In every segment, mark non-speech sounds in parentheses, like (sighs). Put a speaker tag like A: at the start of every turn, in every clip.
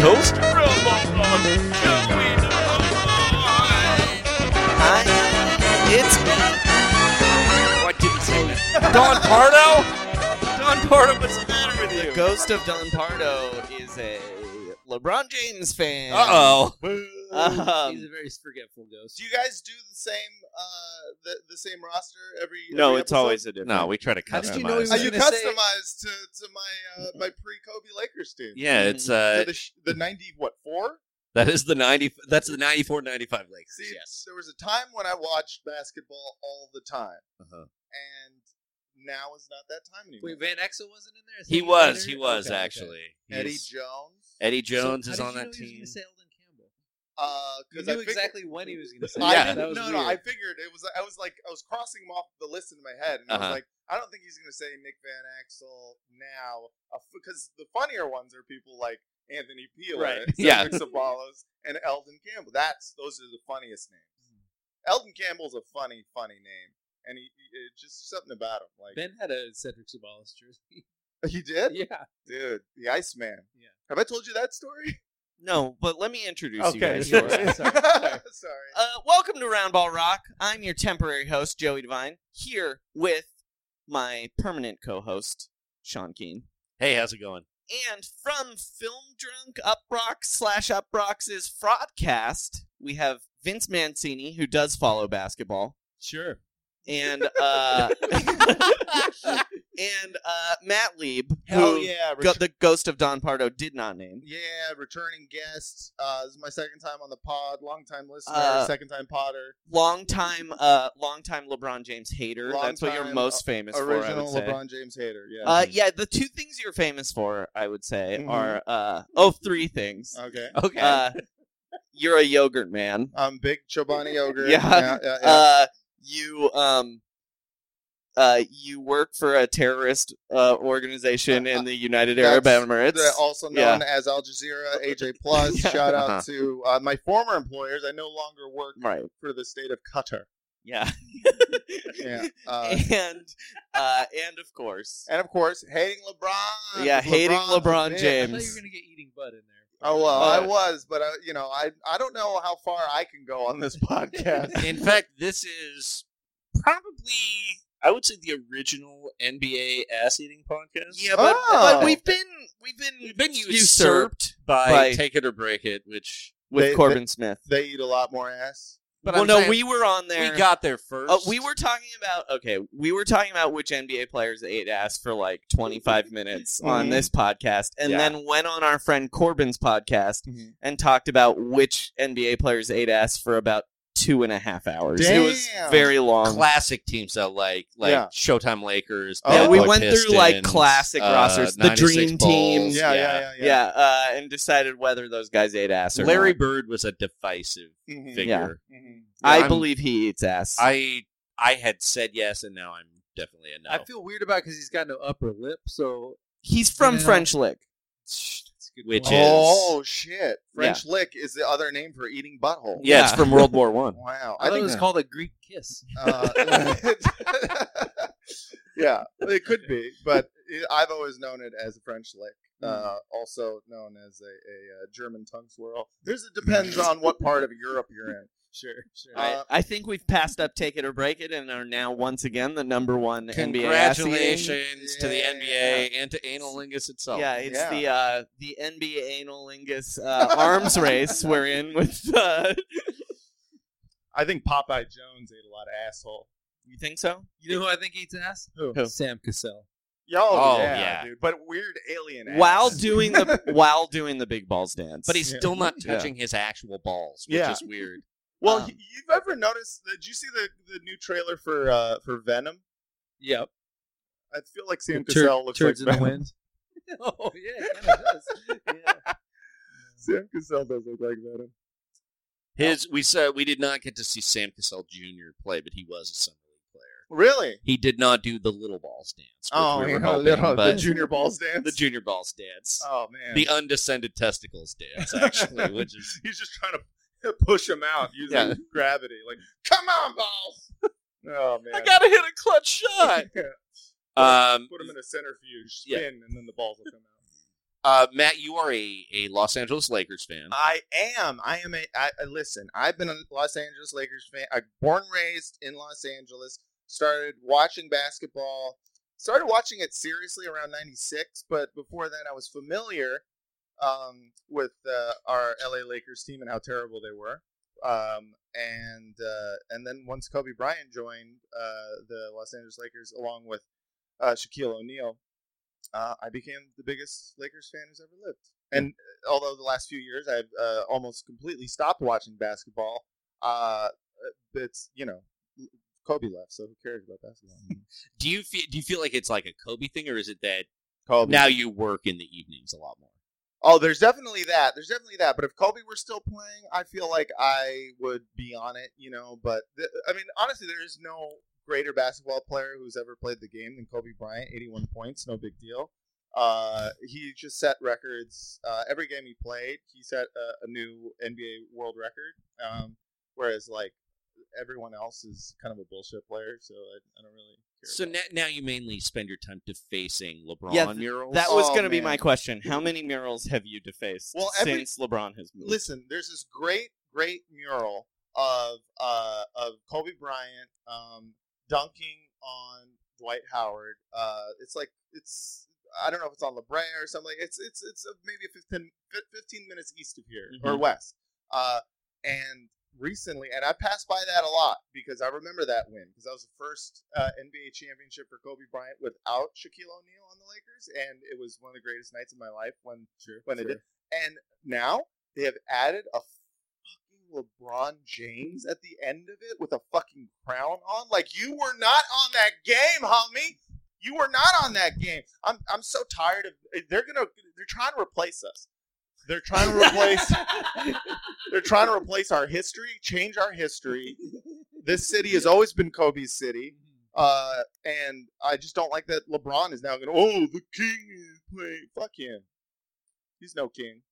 A: Host Robo on Joey
B: Hi, it's me.
A: Oh, I didn't say that. Don Pardo? Don Pardo, what's the matter with you?
B: Ghost of Don Pardo is a LeBron James fan.
A: Uh oh.
B: Um,
C: He's a very forgetful ghost.
D: Do you guys do the same uh the, the same roster every?
E: No,
D: every
E: it's
D: episode?
E: always a different.
A: No, we try to customize.
C: How did you know he was
D: Are you
C: gonna say-
D: customized to, to my uh, my pre Kobe Lakers team?
A: yeah, it's
D: So
A: uh,
D: the, sh- the ninety what four?
A: that is the ninety. That's the 94-95 Lakers.
D: See, there was a time when I watched basketball all the time,
A: Uh-huh.
D: and now is not that time anymore.
C: Wait, Van Exel wasn't in there? Is
A: He
C: that
A: was.
C: in
A: He
C: there?
A: was
C: Okay, okay.
A: actually.
D: Eddie
A: He's-
D: Jones,
A: Eddie
C: So
A: Jones
C: how
A: is
C: did
A: on
C: you
A: that
C: know he was
A: team.
C: gonna say Eldon Campbell?
D: because
C: You knew exactly when he was going to say
D: I
A: Yeah.
C: that.
D: didn't,
C: That was
D: no,
C: weird.
D: no. I figured it was. I was like, I was crossing him off the list in my head, and I
A: Uh-huh.
D: was like, I don't think he's going to say Nick Van Axel now, because the funnier ones are people like Anthony Peeler,
C: Right.
A: (laughs)
D: and
A: Yeah.
D: Cedric Sabalos, and Eldon Campbell. That's those are the funniest names.
C: Hmm.
D: Eldon Campbell's a funny, funny name, and he, he it, just something about him. Like Uh,
C: Ben had a Cedric Sabalas jersey.
D: he did,
C: (laughs) yeah.
D: dude. The Iceman.
C: Yeah.
D: Have I told you that story?
B: No, but let me introduce you
C: Okay,
B: guys.
C: sure.
B: first.
C: Sorry,
D: (laughs) sorry.
B: Uh, welcome to Roundball Rock. I'm your temporary host, Joey Devine, here with my permanent co-host, Sean Keane.
A: Hey, how's it going?
B: And from Film Drunk Up Rocks slash Up Rocks is Fraudcast, we have Vince Mancini, who does follow basketball.
C: Sure.
B: And uh,
D: (laughs)
B: and uh, Matt Lieb,
D: Hell
B: who
D: yeah,
B: go- the ghost of Don Pardo did not name.
D: Yeah, returning guests. Uh, this is my second time on the pod. Long time listener,
B: Uh,
D: second time podder.
B: Longtime, uh, longtime LeBron James hater. That's what you're
D: Longtime,
B: most famous for, I would
D: Original
B: say.
D: LeBron James hater. Yeah.
B: Uh, yeah, the two things you're famous for, I would say,
D: Mhm.
B: are uh, oh, three things.
D: okay.
A: Okay.
B: Uh, you're a yogurt man.
D: I'm big Chobani ogre.
B: Yeah.
D: Yeah. yeah, Oh, yeah.
B: Uh, you um, uh, you work for a terrorist uh, organization in the United Arab
D: That's-
B: Emirates.
D: They're also known as Al Jazeera,
B: (laughs)
D: AJ Plus.
B: Yeah.
D: Shout out
B: Uh-huh.
D: to uh, my former employers. I no longer work
B: Right.
D: for the state of Qatar.
B: Yeah. (laughs)
D: Yeah. Uh,
B: and uh, and of course,
D: and of course, hating LeBron.
B: Yeah, hating LeBron
D: man.
B: James.
C: I thought you were going to get eating butt in there.
D: Oh well,
A: Uh,
D: I was, but I, you know, I I don't know how far I can go
B: (laughs)
D: on this podcast.
A: In fact, this is probably I would say the original NBA ass eating podcast.
B: Yeah, but, but
D: Oh.
B: we've been we've been
A: We've been
B: usurped
A: usurped by,
B: by-
A: Take It or Break It, which
B: with
D: They-
B: Corbin Smith.
D: they eat a lot more ass.
F: But
B: well,
F: I'm
B: no,
F: saying-
B: we were on there.
A: we got there first.
B: Uh, we were talking about okay. We were talking about which NBA players ate ass for like 25 minutes on
D: Mhm.
B: this podcast, and
A: Yeah.
B: then went on our friend Corbin's podcast and talked about which NBA players ate ass for about two and a half hours. It was
D: Damn.
B: very long.
A: classic teams that like like
D: Yeah.
A: Um, Showtime Lakers.
D: Yeah,
A: Bad
D: we
A: Boy
B: Oh, went through, like,
A: Pistons,
B: classic
A: uh,
B: rosters, the
A: 96
B: dream
A: Bulls,
B: teams.
D: Yeah, yeah, yeah,
B: yeah, uh, and decided whether those guys ate ass or
A: Larry
B: not.
A: Bird was a divisive
D: yeah. Mhm.
A: figure.
D: Mhm.
B: I
A: I'm-
B: believe he eats ass.
A: I I had said yes, and now I'm definitely a no.
F: I feel weird about because he's got no upper lip, so
B: He's from
F: Yeah.
B: French Lick.
F: that's a good
A: Which
F: point.
A: is-
D: Oh shit! French lick is the other name for eating butthole.
A: yeah, it's
B: Yeah.
A: from World War One.
D: (laughs) Wow.
F: I, thought it was called a Greek kiss.
D: Uh, (laughs) yeah, it could be, but it, I've always known it as a French lick, uh, also known as a, a, uh German tongue swirl. There's it depends on what part of Europe you're in. Uh, Sure, sure.
F: uh,
B: I, I think we've passed up Take It or Break It and are now once again the number one NBA ass eating.
A: Congratulations to the
D: Yeah.
A: NBA and to Analingus itself.
B: Yeah, it's
D: Yeah.
B: the uh, the NBA analingus uh, arms race we're in with. (laughs) Uh...
D: I think Popeye Jones ate a lot of asshole.
B: You think so?
F: You know who I think eats ass?
D: Who?
F: Sam Cassell.
D: Yo,
A: Oh,
D: yeah,
A: yeah.
D: dude. But weird alien. Ass.
B: While doing the while doing the big balls
A: (laughs)
B: dance,
A: But he's
D: Yeah.
A: still not
B: Yeah.
A: touching his actual balls, which
D: Yeah.
A: is weird.
D: (laughs) well,
B: um,
D: y- you've ever noticed? Did you see the, the new trailer for uh, for Venom?
F: Yep.
D: I feel like Sam
F: Tur-
D: Cassell looks like
F: turds in
D: Venom.
F: the
D: (laughs)
B: (laughs)
F: wind. oh yeah, it kinda does. yeah.
D: (laughs) Sam Cassell does look like Venom.
A: His we said we did not get to see Sam Cassell Jr. play, but he was a summer league player.
D: Really?
A: He did not do the little balls dance. which
D: Oh,
A: we
D: yeah,
A: were hoping,
D: little- the
A: but
D: junior balls dance.
A: the junior balls dance,
D: Oh man,
A: the uh, undescended testicles (laughs) dance, actually, which is
D: (laughs) he's just trying to (laughs) push him out using
A: Yeah.
D: gravity. Like, come on, balls! (laughs) Oh man,
A: gotta hit a clutch shot.
D: Yeah.
A: Um,
D: Put him in a centrifuge,
A: Yeah.
D: spin, and then the balls will come out.
A: (laughs) uh, Matt, you are a, a Los Angeles Lakers fan.
D: I am. I am a. I, I- listen, I've been a Los Angeles Lakers fan. I born raised in Los Angeles. Started watching basketball. Started watching it seriously around '96, but before then, I was familiar um, with uh, our LA Lakers team and how terrible they were. Um, and uh, and then once Kobe Bryant joined uh, the Los Angeles Lakers along with uh, Shaquille O'Neal, uh, I became the biggest Lakers fan who's ever lived. And uh, although the last few years I've uh, almost completely stopped watching basketball, uh, it's you know Kobe left, so who cares about basketball? anymore?
A: Do you feel do you feel like it's like a Kobe thing, or is it that
D: Kobe.
A: now you work in the evenings a lot more?
D: Oh, there's definitely that. There's definitely that. But if Kobe were still playing, I feel like I would be on it, you know. But th- I mean, honestly, there is no greater basketball player who's ever played the game than Kobe Bryant. 81 points, no big deal. Uh, he just set records. Uh, every game he played, he set a, a new NBA world record. Um, whereas, like everyone else is kind of a bullshit player, so I, I don't really. Care
A: So
D: about
A: now, now you mainly spend your time defacing LeBron
B: Yeah, th-
A: murals.
B: that was
D: Oh,
B: going to be
D: man.
B: my question. How many murals have you defaced
D: Well, every-
B: since LeBron has moved?
D: listen, there's this great, great mural of uh, of Kobe Bryant um, dunking on Dwight Howard. Uh, it's like it's I don't know if it's on La Brea or something. It's it's it's uh, maybe 15, fif- 15 minutes east of here or west. Uh, and recently, and I passed by that a lot because I remember that win because that was the first uh, NBA championship for Kobe Bryant without Shaquille O'Neal on the Lakers, and it was one of the greatest nights of my life when when it did. And now they have added a fucking LeBron James at the end of it with a fucking crown on. Like you were not on that game, homie. You were not on that game. I'm I'm so tired of eh, they're gonna they're trying to replace us. They're trying to replace they're trying to replace our history, change our history. This city has always been Kobe's city. Uh, and I just don't like that LeBron is now going, to oh, the king is playing. Fuck him. He's no king.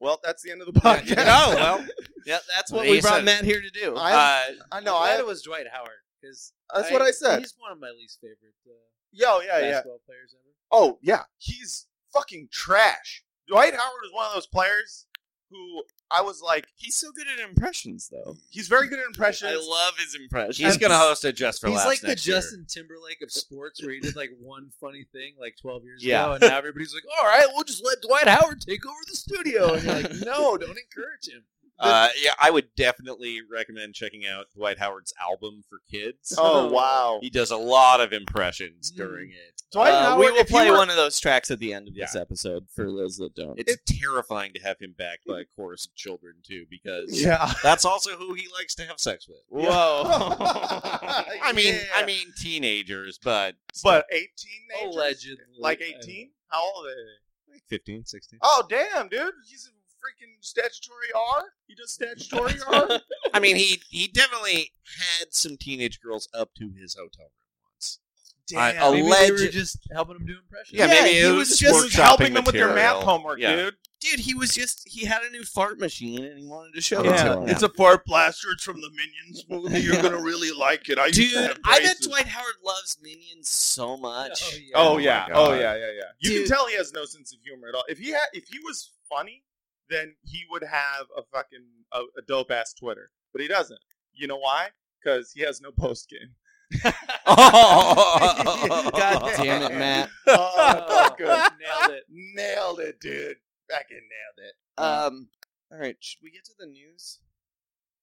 D: Well, that's the end of the podcast.
B: oh well, yeah. That's what we
A: He
B: brought
A: said-
B: Matt here to do.
D: I,
A: uh,
D: I know.
F: I'm glad
D: I,
F: it was Dwight Howard because
D: (laughs) that's what I said.
F: He's one of my least favorite uh,
D: Yo, yeah, yeah.
F: basketball players ever.
D: Oh, yeah. He's fucking trash. Dwight Howard is one of those players who I was like,
B: He's so good at impressions, though.
D: he's very good at impressions.
B: (laughs) I love his impressions.
D: He's gonna
B: host a Just
A: He's like the Justin Timberlake of sports, where he did like one funny thing like 12 years
B: Yeah.
A: ago, and now everybody's like, "All right, we'll just let Dwight Howard take over the studio," and you're
B: (laughs)
D: (laughs)
A: like, "No, don't encourage him."
B: Uh, yeah, I would definitely recommend checking out Dwight Howard's album for kids.
D: oh wow,
B: He does a lot of impressions
A: Mm.
B: during it.
D: Dwight
B: Uh,
D: Howard.
B: we will
D: if you
B: play
D: were- (laughs)
B: one of those tracks at the end of this
D: Yeah.
B: episode for those that don't. It's terrifying to have him backed by a chorus of children too, because (laughs)
D: Yeah.
B: that's also who he likes to have sex with.
D: Yeah. (laughs)
B: (laughs) I mean, I
D: Yeah.
B: mean teenagers, but
D: But 18 majors?
A: Allegedly,
D: Like
A: I don't
D: 18? How old are they?
B: like 15, 16.
D: Oh, damn, dude. He's a freaking statutory R. He does statutory R.
B: (laughs) I mean, he he definitely had some teenage girls up to his hotel room once. I-
D: Damn.
A: Maybe they were
B: Alleged-
A: just helping him do impressions.
B: Yeah, maybe
D: he
B: it
D: was,
B: was
D: just
B: workshopping
D: helping them with their
B: material.
D: math homework,
B: Yeah.
D: dude.
B: Dude, he was just he had a new fart machine and he wanted to show it to
D: Yeah,
B: him.
D: (laughs) it's a fart blaster. It's from the Minions movie. You're gonna really like it. I used to
B: Dude,
D: have
B: I bet
D: braces.
B: Dwight Howard loves Minions so much.
A: Oh, yeah.
D: Oh
B: my
D: yeah,
B: God.
D: oh yeah, yeah, yeah. You
B: Dude.
D: can tell he has no sense of humor at all. If he had, if he was funny, then he would have a fucking a, a dope ass Twitter. But he doesn't. You know why? Because he has no post game.
A: (laughs) Oh,
D: (laughs)
B: God damn it, Matt.
D: Oh, good.
A: nailed it.
D: Nailed it, dude. Fucking nailed it.
B: Um, all right, should we get to the news?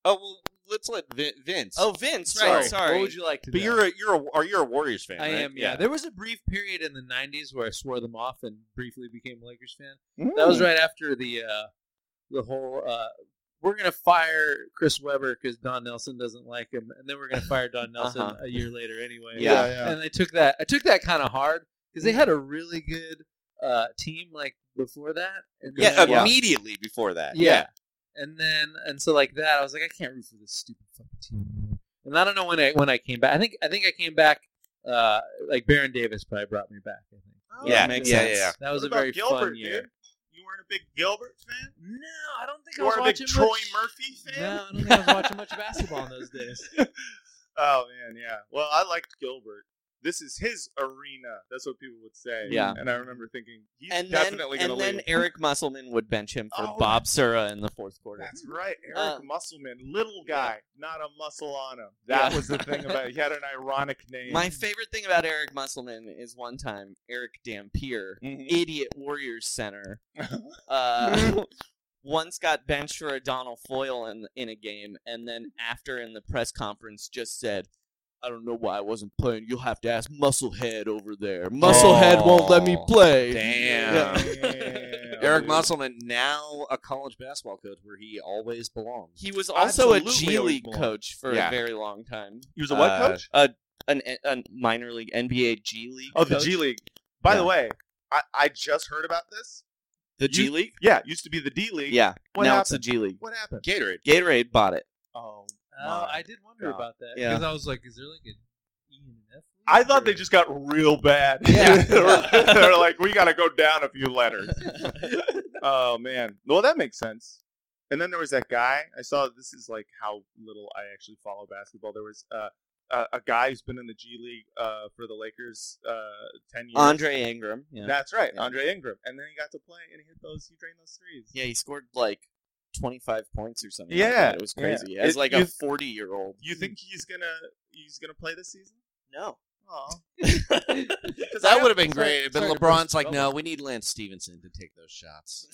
B: Oh well, let's let Vin- Vince.
A: Oh, Vince,
B: right,
D: sorry.
A: What would you like to
B: (laughs) but
A: know?
B: you're a you're a are you a Warriors fan?
A: I
B: right?
A: am, yeah. There was a brief period in the '90s where I swore them off and briefly became a Lakers fan.
B: Mm.
A: That was right after the uh, the whole uh, we're gonna fire Chris Webber because Don Nelson doesn't like him, and then we're gonna fire
B: (laughs)
A: Don Nelson
B: Uh-huh.
A: a year later anyway.
B: Yeah. Mm-hmm.
A: and I took that I took that kind of hard because they had a really good uh, team like before that. And
B: Yeah, uh,
A: then-
B: immediately before that.
A: yeah. And then and so like that, I was like, I can't root for this stupid fucking team. anymore. And I don't know when I when I came back. I think I think I came back. Uh, like Baron Davis probably brought me back. I think
D: Oh,
B: Yeah,
A: makes
B: yeah,
A: sense.
B: yeah.
A: That was
D: What
A: a very
D: about Gilbert,
A: fun year.
D: dude? You weren't a big Gilbert fan.
A: No, I don't think
D: You
A: I was
D: weren't a big
A: watching
D: Troy
A: much.
D: Murphy fan.
A: No, I don't think I was watching much basketball in those days.
D: (laughs) Oh man, yeah. Well, I liked Gilbert. This is his arena. That's what people would say.
B: Yeah.
D: And I remember thinking
B: (laughs)
D: he's
B: And
D: definitely
B: then,
D: going
B: and
D: to
B: then
D: leave. (laughs)
B: Eric Musselman would bench him for
D: Oh,
B: Bob Sura in the fourth quarter.
D: That's right,
B: Uh,
D: Eric Musselman, little guy, not a muscle on him. That
B: Yeah.
D: was
A: (laughs)
D: the thing about. He had an ironic name.
B: My favorite thing about Eric Musselman is one time Eric Dampier, idiot Warriors center, uh, once got benched for a Donald Foyle in in a game, and then after in the press conference just said, "I don't know why I wasn't playing. You'll have to ask Musclehead over there. Musclehead won't let me
A: Oh, (laughs)
B: play."
A: damn.
B: Yeah.
A: (laughs)
D: dude.
B: Musselman, now a college basketball coach where he always belongs. He was also
D: Absolutely
B: a G
D: always
B: League
D: belongs.
B: coach for
D: Yeah.
B: a very long time.
D: He was a what
B: Uh,
D: coach?
B: A, an, a minor league NBA G League.
D: Oh, the
B: coach.
D: G League. By
B: Yeah.
D: the way, I, I just heard about this.
B: The G
D: You-
B: League?
D: Yeah, it used to be the D League.
B: Yeah.
D: What
B: now
D: happened?
B: it's the G League.
D: What happened?
B: Gatorade. Gatorade bought it.
D: Oh,
A: Oh,
D: my
A: I did wonder
D: God.
A: about that
B: Yeah.
A: because I was like, is there like an E and an F?
D: I thought they just got real bad.
B: (laughs) Yeah.
D: (laughs) they, were, they were like, we got to go down a
B: (laughs)
D: few letters. oh, man. Well, that makes sense. And then there was that guy. I saw this is like how little I actually follow basketball. There was uh, a, a guy who's been in the G League uh, for the Lakers uh, 10 years.
B: Andre Ingram. Yeah.
D: That's right,
B: Yeah.
D: Andre Ingram. And then he got to play and he hit those, he drained those threes.
B: yeah, he scored like 25 points or something. Like
D: Yeah.
B: that. It was
D: Yeah.
B: crazy. As
D: It-
B: like a
D: you-
B: 40 year old.
D: You think he's going to he's gonna play this season?
B: No.
D: Oh.
A: (laughs)
D: (laughs)
G: That would have been
A: sorry-
G: great. But
A: sorry to
G: LeBron's
A: burst
G: like,
A: your
G: no, we need Lance Stevenson to take those shots.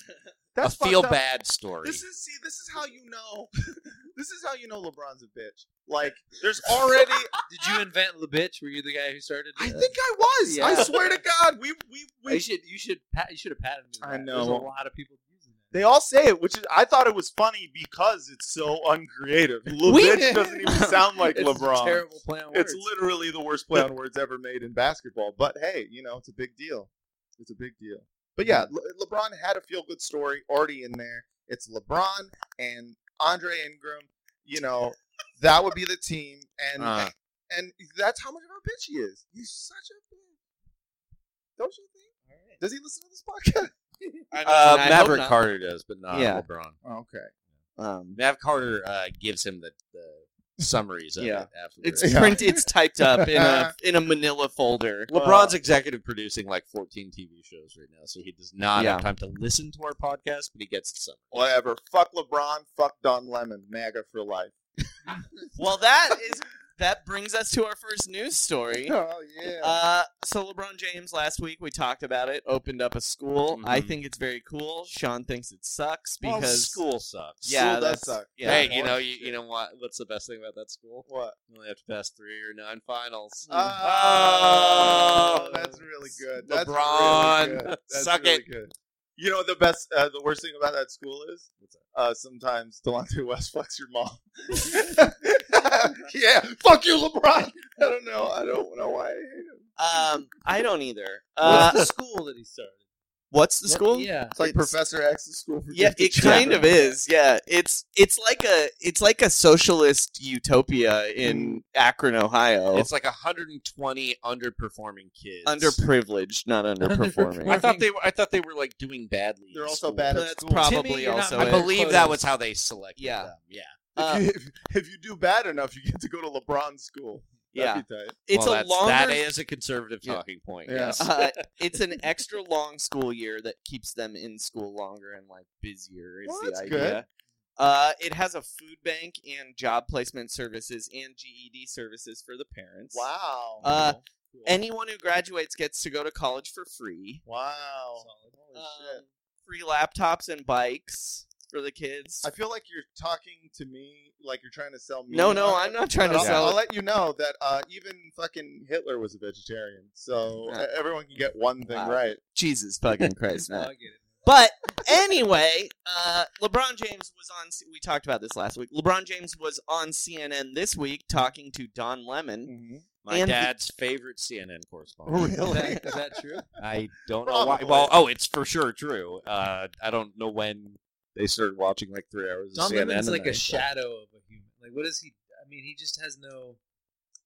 D: That's
G: a feel
D: fucked up.
G: bad story.
D: This is see. This is how you know. (laughs) this is how you know LeBron's a bitch. Like there's already.
A: Did you invent the bitch? Were you the guy who started?
D: I
A: that?
D: think I was.
A: Yeah.
D: I swear to God, we we,
A: you
D: we
A: should you should pat, you should have patted me. for
D: I
A: that.
D: know.
A: There's a lot of people using that.
D: they all say it, which is I thought it was funny because it's so uncreative. Le
B: We-
D: bitch doesn't even
B: (laughs)
D: sound like
A: it's
D: LeBron.
A: A terrible play on words.
D: It's literally the worst play on words ever made in basketball. But hey, you know it's a big deal. It's a big deal. But yeah, Le- LeBron had a feel good story already in there. It's LeBron and Andre Ingram. You know that would be the team, and
G: Uh.
D: and that's how much of a bitch he is. He's such a bitch. Don't you think? Does he listen to this podcast? (laughs)
G: Uh,
B: And I hope
G: Maverick
B: not.
G: Carter does, but not
B: Yeah.
G: LeBron.
D: Oh, okay.
B: Um,
G: Mav Carter uh, gives him the, the
A: summaries of
B: Yeah.
A: it afterwards.
B: It's
D: Yeah.
B: print. It's typed up in a in a Manila folder.
A: LeBron's executive producing like 14 TV shows right now, so he does not
B: Yeah.
A: have time to listen to our podcast, but he gets some.
D: (laughs) Whatever. Fuck LeBron. Fuck Don Lemon. MAGA for life.
B: Well, that is that brings us to our first news story.
D: Oh yeah.
B: Uh, so LeBron James last week we talked about it. Opened up a school. I
A: Mhm.
B: think it's very cool. Sean thinks it sucks because
A: Because school sucks.
B: Yeah,
D: School does
B: that's-
D: suck.
B: yeah.
A: Hey, you know, you, you know what? What's the best thing about that school?
D: What?
A: You only have to pass three or nine finals.
D: Oh,
A: Oh.
D: that's really good. That's
A: LeBron,
B: (laughs)
D: really good.
A: (laughs)
D: That's
A: suck
D: really
A: it.
D: Good. You know what the best, uh, the worst thing about that school is uh, sometimes Delonte West (laughs) fucks your
B: (laughs)
D: mom. yeah, fuck you, LeBron. I don't know. I don't know why. I hate him.
B: um, I don't either.
G: What's
B: Uh,
G: the school that he started?
B: what's the
G: What-
B: school?
G: Yeah.
D: It's like Professor X's school. For
B: Yeah,
D: gifted
B: it kind
D: children.
B: of (laughs) is. Yeah, it's it's like a it's like a socialist utopia in Akron, Ohio.
A: It's like 120 underperforming kids.
B: underprivileged, not underperforming.
A: I
B: (laughs)
A: thought they were. I thought they were like doing badly. in
D: They're also
A: school.
D: bad at
B: That's
D: school.
B: probably
G: Timmy, you're not
B: also.
G: my
A: I
B: it.
A: believe that was how they selected
B: Yeah.
A: them. Yeah.
B: Uh,
D: if, you, if, if you do bad enough, you get to go to LeBron's school.
B: yeah,
D: That'd be tight.
B: it's
A: Well,
B: a
A: that's-
B: longer.
A: That is a conservative
B: Yeah.
A: talking point.
D: Yeah.
A: Yes.
B: (laughs)
D: (laughs)
B: uh, it's an extra long school year that keeps them in school longer and like busier. Is
D: Well,
B: the
D: that's
B: idea.
D: good.
B: Uh, it has a food bank and job placement services and GED services for the parents.
D: Wow.
B: Uh,
D: Cool.
B: Anyone who graduates gets to go to college for free.
D: wow. Holy shit.
B: Um, free laptops and bikes for the kids.
D: I feel like you're talking to me like you're trying to sell me.
B: No, no,
D: on it. (laughs)
B: I'm not trying to
D: I'll,
B: sell.
D: I'll let you know that uh, even fucking Hitler was a vegetarian, so
B: Yeah.
D: uh, everyone can get one thing
B: Wow.
D: right.
B: Jesus fucking Christ,
G: Oh,
B: Matt.
G: I get it.
B: But anyway, uh, LeBron James was on. We talked about this last week. LeBron James was on CNN this week talking to Don
D: (laughs)
B: Lemon.
D: Mm-hmm.
A: My
B: and-
A: dad's favorite CNN correspondent.
D: Really?
G: Is that- is that true?
A: (laughs) I don't know why.
D: Probably.
A: Well, oh, it's for sure true. Uh, I don't know when they started watching like three hours
G: Don
A: of CNN.
G: Lemon's
A: a
G: like
A: night,
G: a
A: but-
G: shadow of a human. Like, what is he? I mean, he just has no.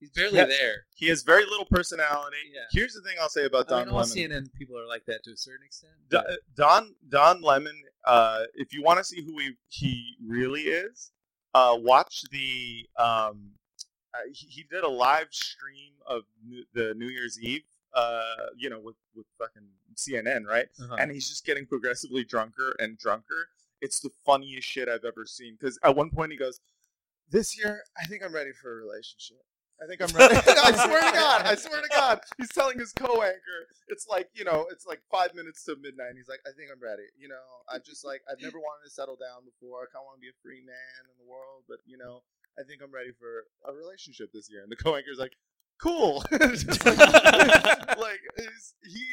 G: He's barely
D: Yeah.
G: there.
D: He has very little personality.
G: Yeah.
D: Here's the thing I'll say about
G: I
D: Don
G: mean, all
D: Lemon.
G: CNN people are like that to a certain extent.
D: Do-
G: but-
D: Don Don Lemon. Uh, if you want to see who he he really is, uh, watch the. Um, uh, he, he did a live stream of new, the New Year's Eve. Uh, you know, with with fucking CNN, right?
G: Uh-huh.
D: and he's just getting progressively drunker and drunker. It's the funniest shit I've ever seen. Because at one point he goes, "This year, I think I'm ready for a relationship. I think I'm ready." (laughs) I swear to God, I swear to God, he's telling his co-anchor. It's like you know, it's like five minutes to midnight. and He's like, "I think I'm ready." You know, I just like I've never wanted to settle down before. I kind of want to be a free man in the world, but you know, I think I'm ready for a relationship this year. And the co-anchor's like, "Cool." Just like, (laughs) like is he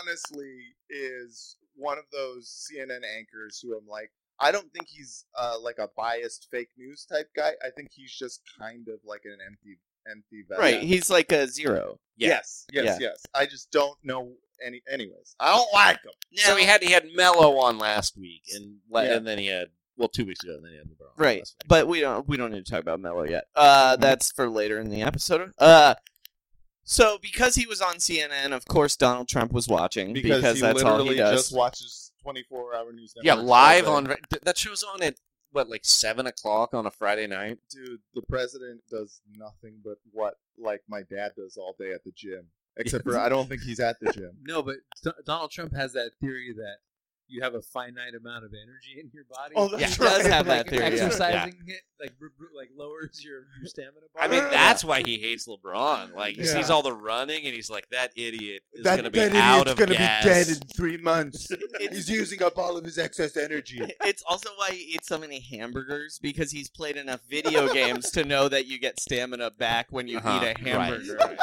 D: honestly is one of those CNN anchors who I'm like, I don't think he's uh, like a biased fake news type guy. I think he's just kind of like an empty, empty vessel.
B: Right, he's like a zero.
D: Yes. Yes.
B: Yeah. Mm,
D: Yes. I just don't know any. Anyways, I don't like him.
A: So he had he had Mello on last week, and le-
D: Yeah.
A: and then he had well two weeks ago, and then he had LeBron.
B: Right,
A: last week.
B: but we don't we don't need to talk about Melo yet.
D: Mm-hmm.
B: Uh, that's for later in the episode. Uh, so because he was on CNN, of course Donald Trump was watching because,
D: he
B: that's all
D: literally
B: he does.
D: just watches 24 hour news.
A: yeah,
D: networks all
A: live
D: day.
A: on th- that show's on at what like seven o'clock on a Friday night.
D: Dude, the president does nothing but what like my dad does all day at the gym. Except for I don't think he's
G: (laughs)
D: at the gym.
G: No, but D- Donald Trump has that theory that you have a finite amount of energy in your body.
D: Oh,
A: that's
G: Yeah.
B: right. does have
D: (laughs)
B: that
G: Like,
B: theory, yeah.
G: Exercising it like re- re- like lowers your, your stamina. Bar.
A: I mean, that's why he hates LeBron. Like he
D: Yeah.
A: sees all the running, and he's like, "That idiot is
D: That-
A: going to be
D: that idiot's
A: out of
D: gonna
A: gas."
D: be dead in three
G: (laughs)
D: months.
B: It's-
D: He's using up all of his excess energy.
B: (laughs) It's also why he eats so many hamburgers because he's played enough video games to know that you get stamina back when you
A: Uh-huh,
B: eat a
A: right.
B: hamburger.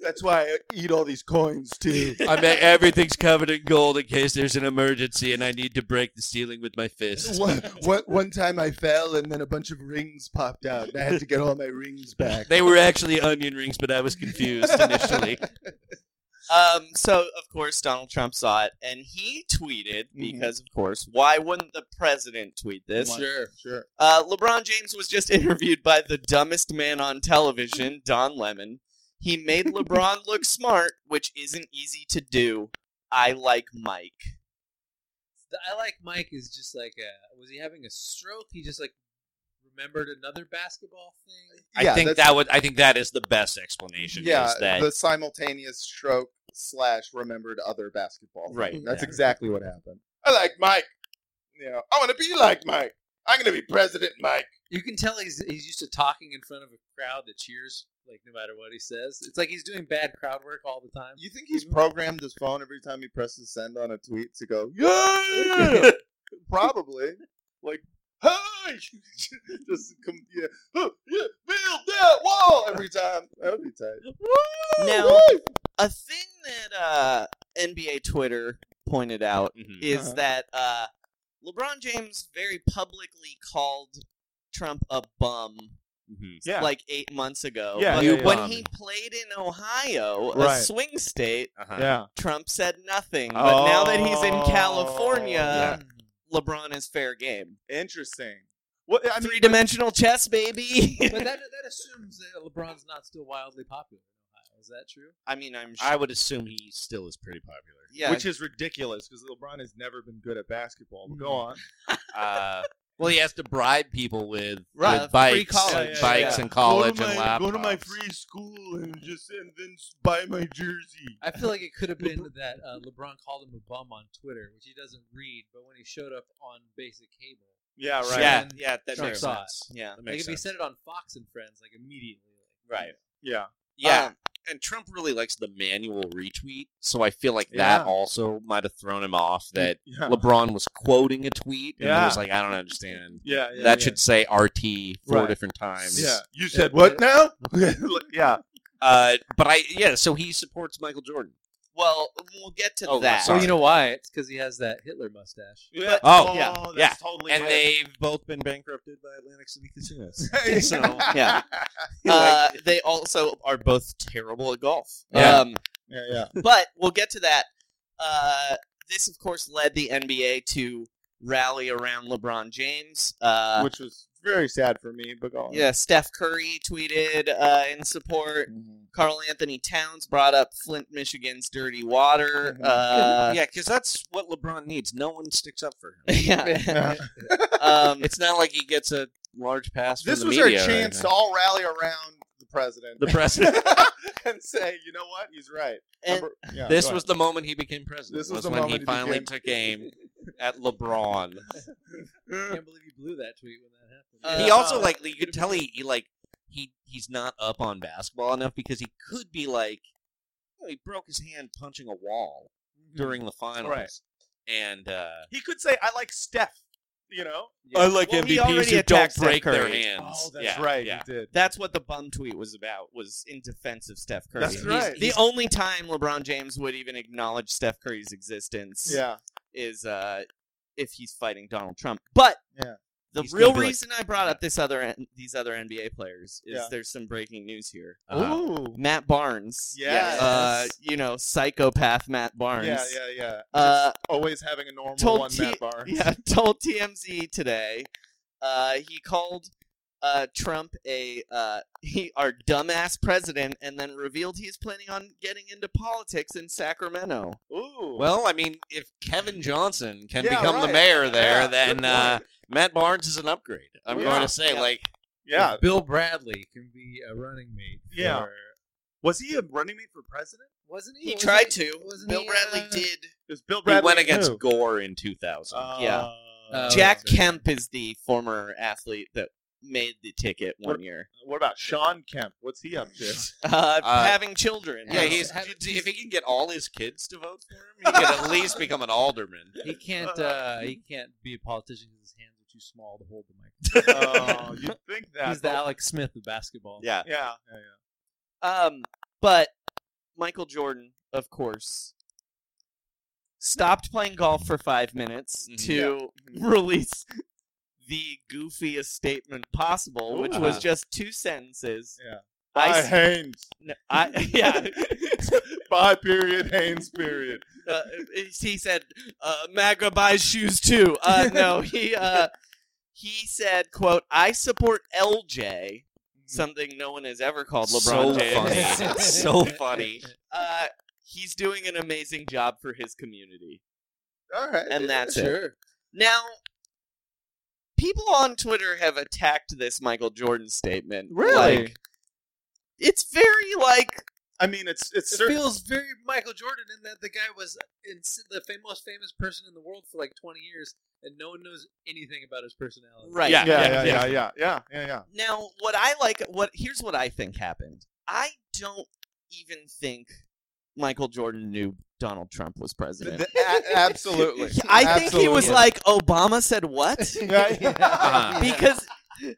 D: That's why I eat all these coins too.
A: I mean, everything's covered in gold in case there's an emergency and I need to break the ceiling with my fist.
D: (laughs) one, one, one time I fell and then a bunch of rings popped out. And I had to get all my rings
A: (laughs)
D: back.
A: They were actually onion rings, but I was confused initially.
B: Um, so of course Donald Trump saw it and he tweeted
A: Mm-hmm.
B: because of course why wouldn't the president tweet this?
D: Sure, sure.
B: Uh, LeBron James was just (laughs) interviewed by the dumbest man on television, Don Lemon. He made
G: (laughs)
B: LeBron look smart, which isn't easy to do. I like Mike.
G: uh, I like Mike is just like a, was he having a stroke? He just like remembered another basketball thing.
D: Yeah,
A: I think
D: that's-
A: that would. I think that is the best explanation.
D: Yeah,
A: is that
D: the simultaneous stroke slash remembered other basketball. thing.
A: Right,
D: That's
A: yeah.
D: exactly what happened. I like Mike. You know, I want to be like Mike. I'm going to be president, Mike.
G: You can tell he's he's used to talking in front of a crowd that cheers like no matter what he says. It's like he's doing bad crowd work all the time.
D: You think he's programmed his phone every time he presses send on a tweet to go, yeah, probably. Like, hey, (laughs) just come, yeah, huh, yeah, build that wall every time. That would be tight.
B: Now, (laughs) a thing that uh, NBA Twitter pointed out
A: Mhm.
B: is
D: Uh-huh.
B: that uh, LeBron James very publicly called Trump a bum
A: Mhm.
D: Yeah.
B: like eight months ago.
D: Yeah,
B: but
D: yeah, yeah.
B: when
A: Bum.
B: he played in Ohio, a
D: Right.
B: swing state,
A: Uh-huh.
G: Uh.
D: yeah.
B: Trump said nothing. But now that he's in
D: Oh.
B: California, LeBron is fair game.
D: Interesting. Well, I mean,
B: Three dimensional chess, baby. (laughs)
G: But that that assumes that LeBron's not still wildly popular in Ohio. Is that true?
B: I mean, I'm sure.
A: I would assume he still is pretty popular.
B: yeah,
D: which is ridiculous because LeBron has never been good at basketball. But go on.
A: Uh, well, he has to bribe people with,
B: Right,
A: with
B: free
A: bikes,
B: college,
A: and
B: yeah,
A: bikes
B: yeah.
A: and college and laptops.
D: school and just and then buy my jersey.
G: I feel like it
A: (laughs)
G: could have been that uh, LeBron called him a bum on Twitter, which he doesn't read. But when he showed up on basic cable,
D: Yeah, right.
A: Yeah,
G: And
A: yeah, that
G: Trump
A: makes
G: saw it.
A: sense.
B: yeah.
G: like
A: That
G: if
A: makes
G: he
A: sense.
G: said it on Fox and Friends, like immediately, like,
A: Right.
D: Yeah.
A: Yeah,
B: Um,
A: and Trump really likes the manual retweet, so I feel like
D: Yeah.
A: that also might have thrown him off. That
D: Yeah.
A: LeBron was quoting a tweet, and
D: Yeah.
A: he was like, "I don't understand."
D: yeah, yeah,
A: that
D: yeah.
A: should say RT four
D: Right.
A: different times.
D: Yeah. You said what now? yeah.
A: Uh, but I yeah, so he supports Michael Jordan.
B: Well, we'll get to
A: Oh,
B: that.
A: sorry.
G: Well, you know why? It's because he has that Hitler mustache.
D: Yeah.
A: Oh,
B: yeah,
D: that's
A: yeah.
D: Totally.
A: And
D: right.
A: they've both been bankrupted by Atlantic City (laughs) casinos. so
B: yeah. Uh, they also are both terrible at golf.
A: Yeah.
B: Um,
D: (laughs) yeah, yeah.
B: but we'll get to that. Uh, this, of course, led the NBA to rally around LeBron James. Uh,
D: Which was very sad for me, but go
A: (laughs)
D: on.
B: yeah, Steph Curry tweeted uh, in support.
D: Mhm.
B: Carl Anthony Towns brought up Flint, Michigan's dirty water.
D: Mm-hmm. (laughs)
B: Uh,
A: yeah, because that's what LeBron needs. No one sticks up for
B: (laughs)
A: him.
D: (laughs)
B: yeah. um,
A: It's not like he gets a large pass. From
D: Uh, This
A: the
D: was our
A: media or
D: chance to
A: anything.
D: all rally around the president
A: the president.
D: (laughs)
A: (laughs)
D: and say, you know what? He's right.
B: and-
D: Number- yeah,
A: this
D: go
A: was the moment he became president.
D: This was the
A: when
D: moment
A: he
D: he
A: finally
D: became-
A: took
D: (laughs)
A: aim at LeBron.
D: ahead.
G: I can't believe you blew that tweet when that happened.
B: Uh,
A: he also like you
B: (laughs)
A: could tell he, he like he he's not up on basketball enough because he could be like you know, he broke his hand punching a wall during the finals.
D: Mm-hmm. Right.
A: And uh
D: He could say, "I like Steph," you know.
A: I like
B: Well, he MVPs already who don't attacked Steph break their Curry.
A: hands.
D: Oh, that's right.
A: Yeah.
D: He did.
B: That's what the bum tweet was about. Was in defense of Steph Curry.
D: That's
B: He's-
D: right.
B: The only time LeBron James would even acknowledge Steph Curry's existence
D: Yeah.
B: is uh, if he's fighting Donald Trump. But
D: Yeah.
B: the
A: He's
B: real
A: gonna be like-
B: reason I brought up this other N- these other NBA players is
D: Yeah.
B: there's some breaking news here.
A: Uh-huh.
D: Ooh.
B: Matt Barnes,
D: Yes.
B: uh, you know, psychopath Matt Barnes.
D: Yeah, yeah, yeah.
B: Uh,
D: Always having a normal
B: told
D: one
B: T-
D: Matt Barnes.
B: yeah, (laughs) told TMZ today. Uh, he called uh, Trump a uh, he our dumbass president, and then revealed he is planning on getting into politics in Sacramento.
D: Ooh.
A: Well, I mean, if Kevin Johnson can
D: Yeah,
A: become
D: right.
A: the mayor there,
D: Yeah,
A: then
D: good
A: uh, Matt Barnes is an upgrade. I'm
D: Yeah.
A: going to say,
B: Yeah.
A: like,
D: yeah.
G: Bill Bradley can be a running mate.
D: Yeah.
G: for-
D: Was he a running mate for president?
G: wasn't he?
B: He
G: Wasn't
B: tried to.
G: wasn't
B: Bill
G: he,
B: Bradley
G: uh,
B: did.
D: Is Bill
A: he
D: Bradley
A: went against
D: who?
A: Gore in 2000.
B: Yeah.
D: Uh,
B: Jack
G: okay.
B: Kemp is the former athlete that made the ticket one
D: What-
B: year.
D: What about Sean Kemp? What's he up to? (laughs)
B: Uh,
A: Uh,
B: having children.
A: yeah, he's if he can get all his kids to vote for him, he can
D: (laughs)
A: at least become an alderman.
G: He can't. Uh, he can't be a politician because his hands are too small to hold the microphone.
A: (laughs)
D: oh, you think that?
G: He's the Alex Smith of basketball.
A: Yeah.
D: Yeah. yeah, yeah.
B: Um, but Michael Jordan, of course, stopped playing golf for five minutes
A: Mhm.
B: to (laughs) release the goofiest statement possible, which was
A: Ooh.
B: just two sentences.
D: Yeah.
B: I,
D: Bye,
B: s-
D: Haynes.
B: no, I- (laughs) yeah.
D: (laughs) Bye, period. Haynes, period.
B: Uh, he said, uh, "Magra buys shoes too." Uh,
D: (laughs)
B: no, he uh, he said, "quote I support LJ."
D: Mm-hmm.
B: Something no one has ever called LeBron
A: so
B: James.
A: funny.
B: (laughs)
A: It's so funny.
B: uh, he's doing an amazing job for his community,
D: All right.
B: and that's it.
G: Sure.
B: Now, people on Twitter have attacked this Michael Jordan statement.
D: Really?
B: Like, it's very like
D: I mean, it's it's
A: It
D: cer-
A: feels very Michael Jordan in that the guy was in, the fam- most famous person in the world for like 20 years, and no one knows anything about his personality.
B: right.
H: Yeah,
D: yeah,
H: yeah,
D: yeah,
H: yeah.
D: yeah, yeah, yeah, yeah, yeah.
B: Now, what I like, what here's what I think happened. I don't even think Michael Jordan knew Donald Trump was president.
D: Th- a- absolutely.
B: (laughs) I think he was
D: Absolutely.
B: like, Obama said
D: (laughs)
B: what?
D: Yeah, yeah.
G: Uh-huh.
B: (laughs) because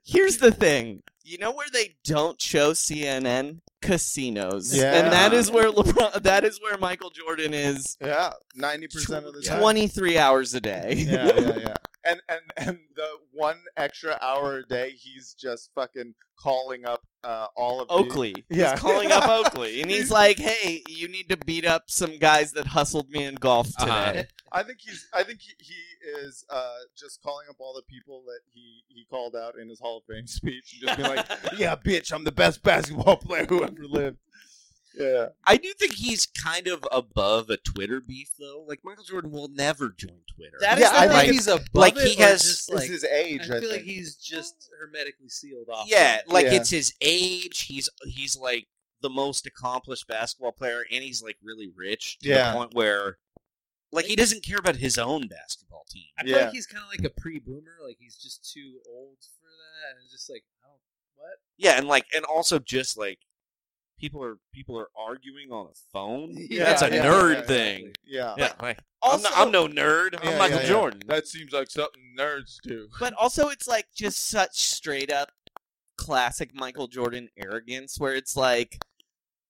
B: here's the thing. You know where they don't show CNN? Casinos.
D: Yeah.
B: And that is where LeBron, that is where Michael Jordan is
D: Yeah, ninety percent of the time.
B: 23 hours a day.
G: (laughs)
D: Yeah, yeah, yeah. And and and the one extra hour a day, he's just fucking calling up uh, all of
B: (laughs)
D: the-
B: Oakley.
D: Yeah.
B: He's calling
D: (laughs)
B: up Oakley. And he's like, hey, you need to beat up some guys that hustled me in golf today.
G: Uh-huh.
D: I think he's. I think he, he is uh, just calling up all the people that he he called out in his Hall of Fame speech and just being
G: (laughs)
D: like, "Yeah, bitch, I'm the best basketball (laughs) player who ever lived." Yeah.
G: I do think he's kind of above a Twitter beef, though. Like Michael Jordan will never join Twitter.
A: That is
D: Yeah,
A: the
D: I
A: thing.
D: like-
A: he's above
G: like,
A: it,
G: he
A: or
G: has-
A: just,
D: It's
A: like,
D: his age. I,
A: I feel
D: think.
A: like he's just hermetically sealed off.
G: yeah, like
D: Yeah.
G: it's his age. He's he's like the most accomplished basketball player, and he's like really rich to
D: Yeah.
G: the point where, like, he doesn't care about his own basketball team.
A: I feel
D: Yeah.
A: like he's kind of like a pre-boomer. Like he's just too old for that, and it's just like I don't. What?
G: Yeah, and like, and also just like people are people are arguing on a phone.
D: (laughs)
A: Yeah,
G: That's a
D: yeah,
G: nerd
D: yeah,
G: thing.
D: yeah.
G: Yeah, like, I'm, no, I'm no nerd. I'm
D: Yeah,
G: Michael
D: yeah, yeah.
G: Jordan.
D: That seems like something nerds do.
B: (laughs) But also, it's like just such straight up classic Michael Jordan arrogance, where it's like,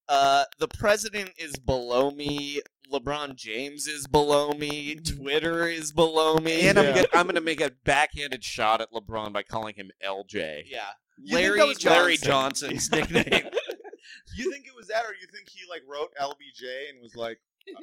B: uh, the president is below me, LeBron James is below me, Twitter is below me,
G: And
D: Yeah.
G: I'm gonna, I'm gonna make a backhanded shot at LeBron by calling him LJ.
B: yeah,
G: You think that was Larry (laughs) Johnson's nickname.
D: You think it was that, or you think he like wrote LBJ and
A: (laughs)
D: was like,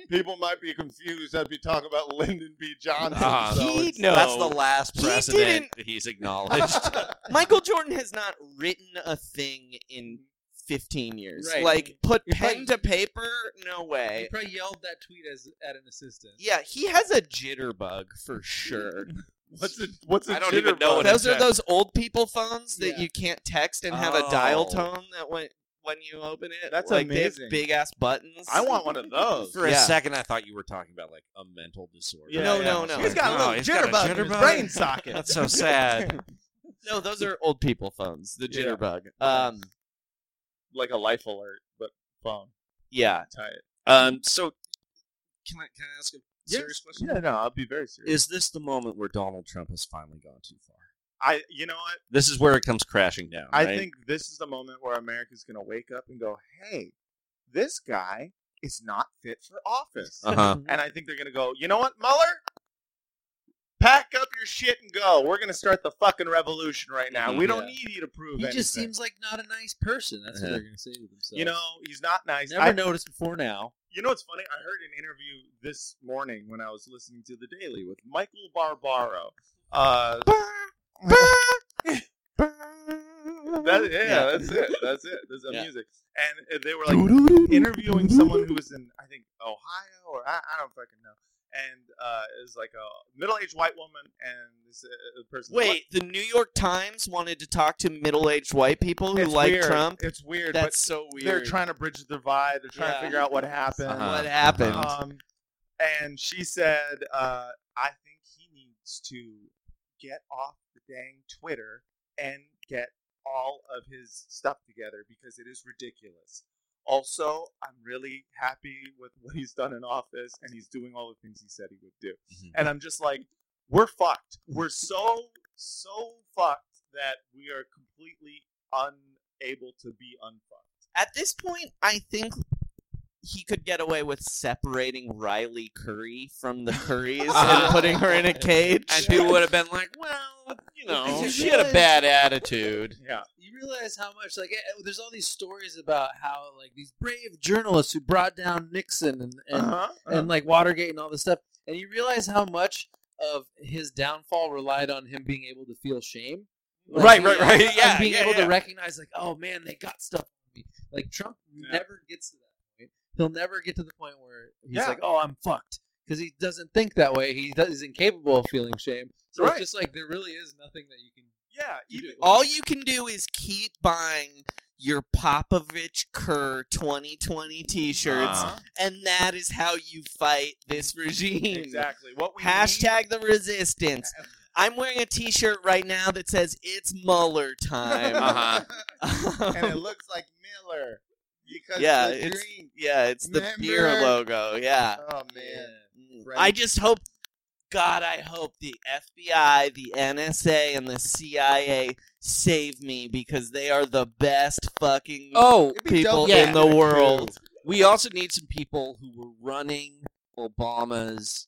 D: people might be confused as we talk about Lyndon B. Johnson.
G: Uh,
D: so
B: He
D: it's-
B: knows.
G: That's the last
B: He
G: precedent
B: didn't-
G: that he's acknowledged. (laughs)
B: Michael Jordan has not written a thing in 15 years.
A: Right.
B: Like, put
A: You're probably-
B: pen to paper? No
A: He
B: way.
A: probably yelled that tweet as at an assistant.
B: Yeah, he has a jitterbug for sure.
D: What's a, what's a
G: I don't even
D: jitterbug?
G: know what
B: those
G: it
B: are those old people phones that
A: Yeah.
B: you can't text and have a dial
G: Oh.
B: tone that when when you open it.
D: That's
B: like They
D: amazing.
B: have big ass buttons.
D: I want one of those.
G: For a
B: (laughs) Yeah.
G: second, I thought you were talking about like a mental disorder.
D: Yeah,
B: no,
D: yeah.
B: no, no.
D: He's got a
G: No,
D: little
G: he's got a
D: jitterbug, in his
G: jitterbug.
B: (laughs)
D: brain socket.
G: That's so sad.
B: no, those are old people phones. The
D: Yeah.
B: jitterbug. Um,
D: (laughs) like a life alert, but phone.
B: yeah.
D: Tie it.
G: Um, so can I can I ask a serious question?
D: Yeah, no, I'll be very serious.
G: Is this the moment where Donald Trump has finally gone too far?
D: I, you know what?
G: This is where it comes crashing down.
D: I
G: right?
D: think this is the moment where America's going to wake up and go, "Hey, this guy is not fit for office."
G: Uh-huh.
D: And I think they're going to go, "You know what, Mueller? Pack up your shit and go. We're going to start the fucking revolution right now. We don't
A: Yeah.
D: need you to prove
A: He
D: anything."
A: just seems like not a nice person. That's
G: Yeah.
A: what they're gonna say to themselves.
D: you know, he's not nice.
A: never
D: I
A: noticed before now.
D: You know what's funny? I heard an interview this morning when I was listening to The Daily with Michael Barbaro. Uh, that, yeah, that's it. That's it. That's the
B: (laughs) Yeah.
D: music. And uh, they were like interviewing someone who was in, I think, Ohio or I, I don't fucking know. And uh, it was like a middle-aged white woman and this uh, person.
B: Wait, the New York Times wanted to talk to middle-aged white people who
D: It's
B: like
D: weird.
B: Trump.
D: It's weird.
B: That's so
D: but
B: weird.
D: they're trying to bridge the divide. They're trying
B: Yeah.
D: to figure out what happened.
G: Uh-huh.
B: What happened?
G: Uh-huh.
D: Um, and she said, uh, I think he needs to get off the dang Twitter and get all of his stuff together because it is ridiculous. Also, I'm really happy with what he's done in office and he's doing all the things he said he would do.
A: Mm-hmm.
G: Mhm.
D: And I'm just like, we're fucked. We're so, so fucked that we are completely unable to be unfucked.
B: At this point, I think he could get away with separating Riley Curry from the Currys
G: Uh-huh.
D: Uh-huh.
B: and putting
A: (laughs)
B: her in a cage.
G: And people would have been like, well, you know,
A: You
G: she had a
A: realize-
G: bad attitude.
D: (laughs) Yeah.
A: You realize how much like eh, there's all these stories about how like these brave journalists who brought down Nixon and
D: Uh-huh.
A: and,
G: Uh-huh.
A: and like Watergate and all this stuff, and you realize how much of his downfall relied on him being able to feel shame. Like,
G: Right,
A: you
G: right,
A: know,
G: right. (laughs)
A: and
G: Yeah,
A: being
G: yeah,
A: able
G: yeah.
A: to recognize like, oh man, they got stuff on me. Like Trump
D: Yeah.
A: never gets to that point. He'll never get to the point where he's
D: Yeah.
A: like, oh, I'm fucked. because he doesn't think that way. He does, is incapable of feeling shame. So
D: Right.
A: it's just like there really is nothing that you can.
D: Yeah,
A: You
D: even
A: do.
B: All you can do is keep buying your Popovich Kerr 2020 T-shirts, (laughs)
D: Uh-huh.
B: and that is how you fight this regime.
D: exactly what we (laughs) need-
B: Hashtag the resistance. I'm wearing a T-shirt right now that says "It's Mueller time." (laughs)
D: and it looks like Miller because
B: yeah,
D: the
B: it's
D: green.
B: yeah, it's the beer
D: Remember?
B: logo. Yeah,
D: Oh man, Right.
B: I just hope, God, I hope the FBI, the NSA, and the CIA save me because they are the best fucking
G: Oh,
D: It'd be
B: people
D: dope
B: in
D: if
B: the
D: it was
B: world.
D: true.
G: we also need some people who were running Obama's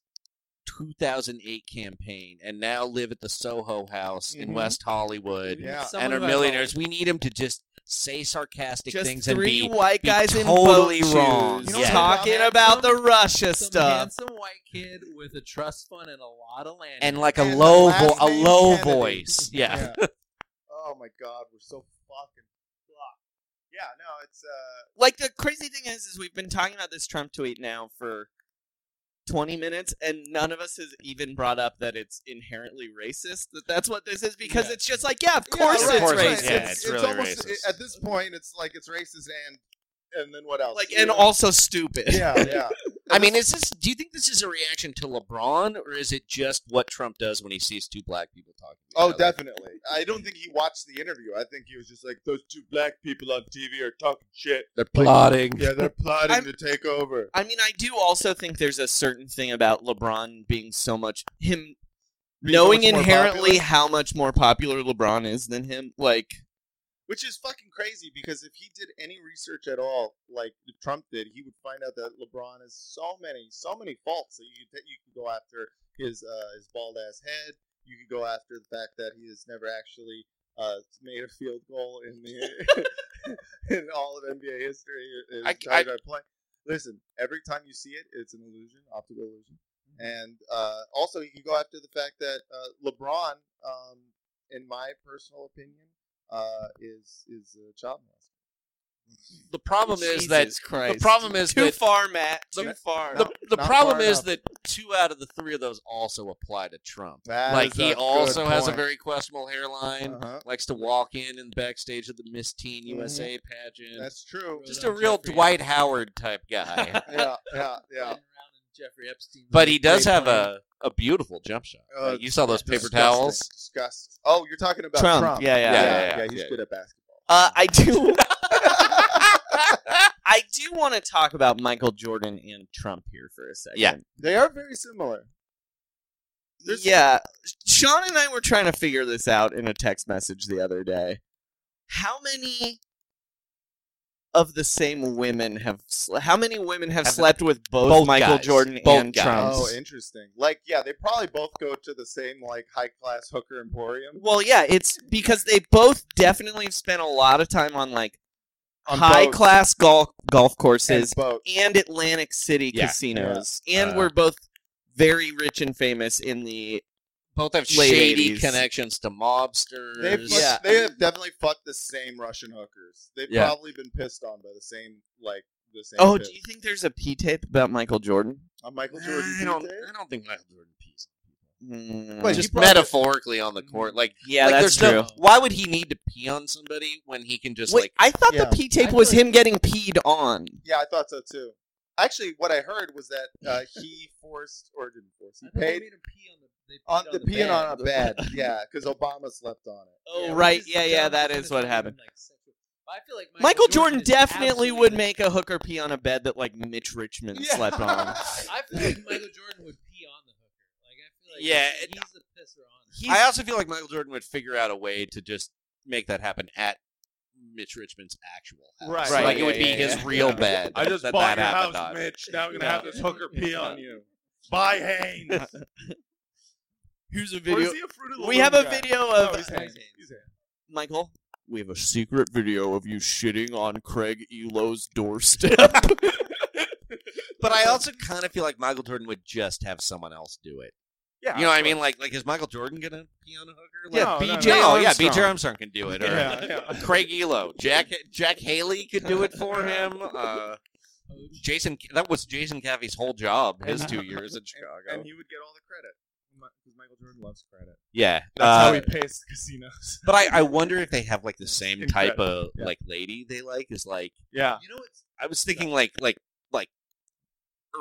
G: 2008 campaign and now live at the Soho House in
D: Mhm.
G: West Hollywood
D: Yeah.
G: and are millionaires. We need them to just say sarcastic
B: Just
G: things
B: three
G: and be
B: white
G: be
B: guys
G: totally
B: in boat
G: wrong.
B: shoes
D: You know what
B: (laughs) talking
D: I'm
B: about the Russia
A: Some
B: stuff.
A: handsome white kid with a trust fund and a lot of land.
G: and like a
D: And the
G: low
D: last
G: vo- a
D: name
G: low
D: Kennedy.
G: voice. Yeah. (laughs)
D: Yeah. oh my God, we're so fucking fucked. Yeah, no, it's uh,
B: like the crazy thing is is we've been talking about this Trump tweet now for 20 minutes and none of us has even brought up that it's inherently racist that that's what this is because
A: Yeah.
B: it's just like yeah of
D: yeah,
B: course
D: right,
B: it's
G: course
B: racist
G: it's- yeah, it's really
D: almost,
G: racist.
D: at this point, it's like it's racist and and then what else?
B: like and also stupid (laughs)
D: yeah, yeah.
G: I mean, is this? Do you think this is a reaction to LeBron, or is it just what Trump does when he sees two black people talking? to
D: Oh,
G: each other?
D: definitely. I don't think he watched the interview. I think he was just like, those two black people on TV are talking shit.
G: They're plotting.
D: Yeah, they're plotting
B: I'm-
D: to take over.
B: I mean I do also think there's a certain thing about LeBron being so much him
D: Being so
B: knowing
D: much more
B: inherently
D: popular.
B: how much more popular LeBron is than him like
D: Which is fucking crazy because if he did any research at all, like Trump did, he would find out that LeBron has so many, so many faults that you that you could go after his uh, his bald ass head. You could go after the fact that he has never actually uh, made a field goal in the (laughs) in all of NBA history. his
G: I-
D: entire play. Listen, every time you see it, it's an illusion, optical illusion.
G: Mm-hmm.
D: And uh, also, you go after the fact that uh, LeBron, um, in my personal opinion, uh, is is a child molester.
G: The problem is that
B: Jesus Christ.
G: the problem is
B: too
G: that
B: far Matt
G: the-
B: too far
G: the, the
D: not
G: problem
D: far
G: is
D: enough.
G: that two out of the three of those also apply to Trump.
D: That
G: like
D: is
G: he
D: a
G: also
D: good
G: has a
D: point.
G: very questionable hairline.
D: Uh-huh.
G: Likes to walk in and backstage of the Miss Teen
D: Mhm.
G: USA pageant.
D: That's true.
G: just a real Dwight Howard type
D: (laughs)
G: guy,
D: yeah, yeah, yeah.
A: around in Jeffrey Epstein.
G: but he does
A: Great
G: have
A: plan.
G: a, a beautiful jump shot.
D: Uh,
G: Like, you saw those paper
D: Disgusting,
G: towels.
D: Disgusting. Oh, you're talking about
B: Trump.
D: Trump.
B: Yeah, yeah,
G: yeah, yeah,
D: he's
G: yeah.
D: good at basketball.
B: Uh, I do. (laughs) I do want to talk about Michael Jordan and Trump here for a second.
G: Yeah.
D: They are very similar. There's-
B: yeah. Sean and I were trying to figure this out in a text message the other day. How many of the same women have? Sl- how many women have,
G: Have-
B: slept with both,
G: both
B: Michael
G: guys.
B: Jordan
G: Both
B: and
G: guys.
B: Trump?
D: Oh, interesting. Like, yeah, they probably both go to the same like high class hooker emporium.
B: well, yeah, it's because they both definitely have spent a lot of time on like
D: On
B: high
D: boats
B: class golf golf
D: and
B: courses
D: boats.
B: and Atlantic City
G: Yeah.
B: casinos, and
G: Uh,
B: we're both very rich and famous in the.
G: both have
B: Late
G: shady
B: 80s.
G: connections to mobsters.
D: They've fucked-
B: Yeah.
D: they have definitely fucked the same Russian hookers. They've
G: Yeah.
D: probably been pissed on by the same like the same.
B: Oh,
D: piss.
B: do you think there's a P tape about Michael Jordan?
D: Uh, Michael Jordan.
G: I don't.
D: Tuesday?
G: I don't think Michael Jordan pees.
B: Mm,
D: Wait,
G: just
D: he Mm-hmm. brought-
G: metaphorically on the court, like
B: yeah,
G: like,
B: that's
G: there's no-
B: true.
G: why would he need to pee on somebody when he can just
B: Wait,
G: like?
B: I thought
D: Yeah.
B: the P tape
A: I
B: was
A: feel
B: him getting peed on.
D: Yeah, I thought so too. Actually, what I heard was that uh, he forced or didn't force.
A: I
D: He
A: thought they
D: paid
A: made him pee on the, they peed
D: on the peeing on
A: bed.
D: a bed. Yeah, because Obama slept on it.
B: Oh,
A: Yeah,
B: right.
A: which is
B: Yeah, yeah,
A: dumb.
B: that
A: It's
B: is what
A: not even,
B: happened.
A: like, sexual. I feel like
B: Michael, Jordan,
A: is
B: definitely would
A: absolutely-
B: make a hooker pee on a bed that like Mitch Richmond
D: Yeah.
B: slept
G: (laughs)
A: (laughs)
B: on.
D: (laughs)
A: (laughs) I feel like Michael Jordan would pee on the hooker. Like I feel like
G: Yeah,
A: he's,
G: it-
A: he's the pisser on her.
B: He's-
G: I also feel like Michael Jordan would figure out a way to just make that happen at Mitch Richmond's actual house.
D: Right.
G: like
B: Right,
G: it would
B: yeah,
G: be
B: yeah,
G: his
B: yeah. (laughs)
G: real bed.
I: I just
G: that,
I: bought
G: that
I: your
G: happened
I: house,
G: on.
I: Mitch. Now I'm gonna
B: Yeah.
I: have this hooker pee
D: (laughs)
I: on you. Buy Haynes.
B: Here's a
I: Or
B: video.
I: is he a Fruit of the
B: We
I: Loom
B: have a
I: guy?
B: video
I: No,
B: of
D: Oh,
I: he's Haynes. He's Haynes.
B: Michael. We have a secret video of you shitting on Craig Elo's
I: (laughs)
B: doorstep.
G: But I also kind of feel like Michael Jordan would just have someone else do it.
I: Yeah,
G: you know what I mean? Like, like is Michael Jordan gonna pee on a hooker? Like,
I: No, no,
G: BJ.
I: no.
G: Oh yeah,
I: Armstrong.
G: BJ Armstrong can do it. Or (laughs)
I: Yeah, yeah. (laughs)
G: Craig Elo, Jack Jack Haley could do it for him. Uh,
A: coach.
G: Jason, that was Jason Caffey's whole job. His
D: (laughs) And-
G: two years in
I: (laughs)
G: Chicago.
D: And, and he would get all the credit because Michael Jordan loves credit.
G: Yeah,
D: that's
G: uh,
D: how he pays the casinos. (laughs)
G: But I, I wonder if they have like the same type of
D: Incredible, yeah.
G: like lady they like is like
D: Yeah.
G: You know, it's, I was thinking like like like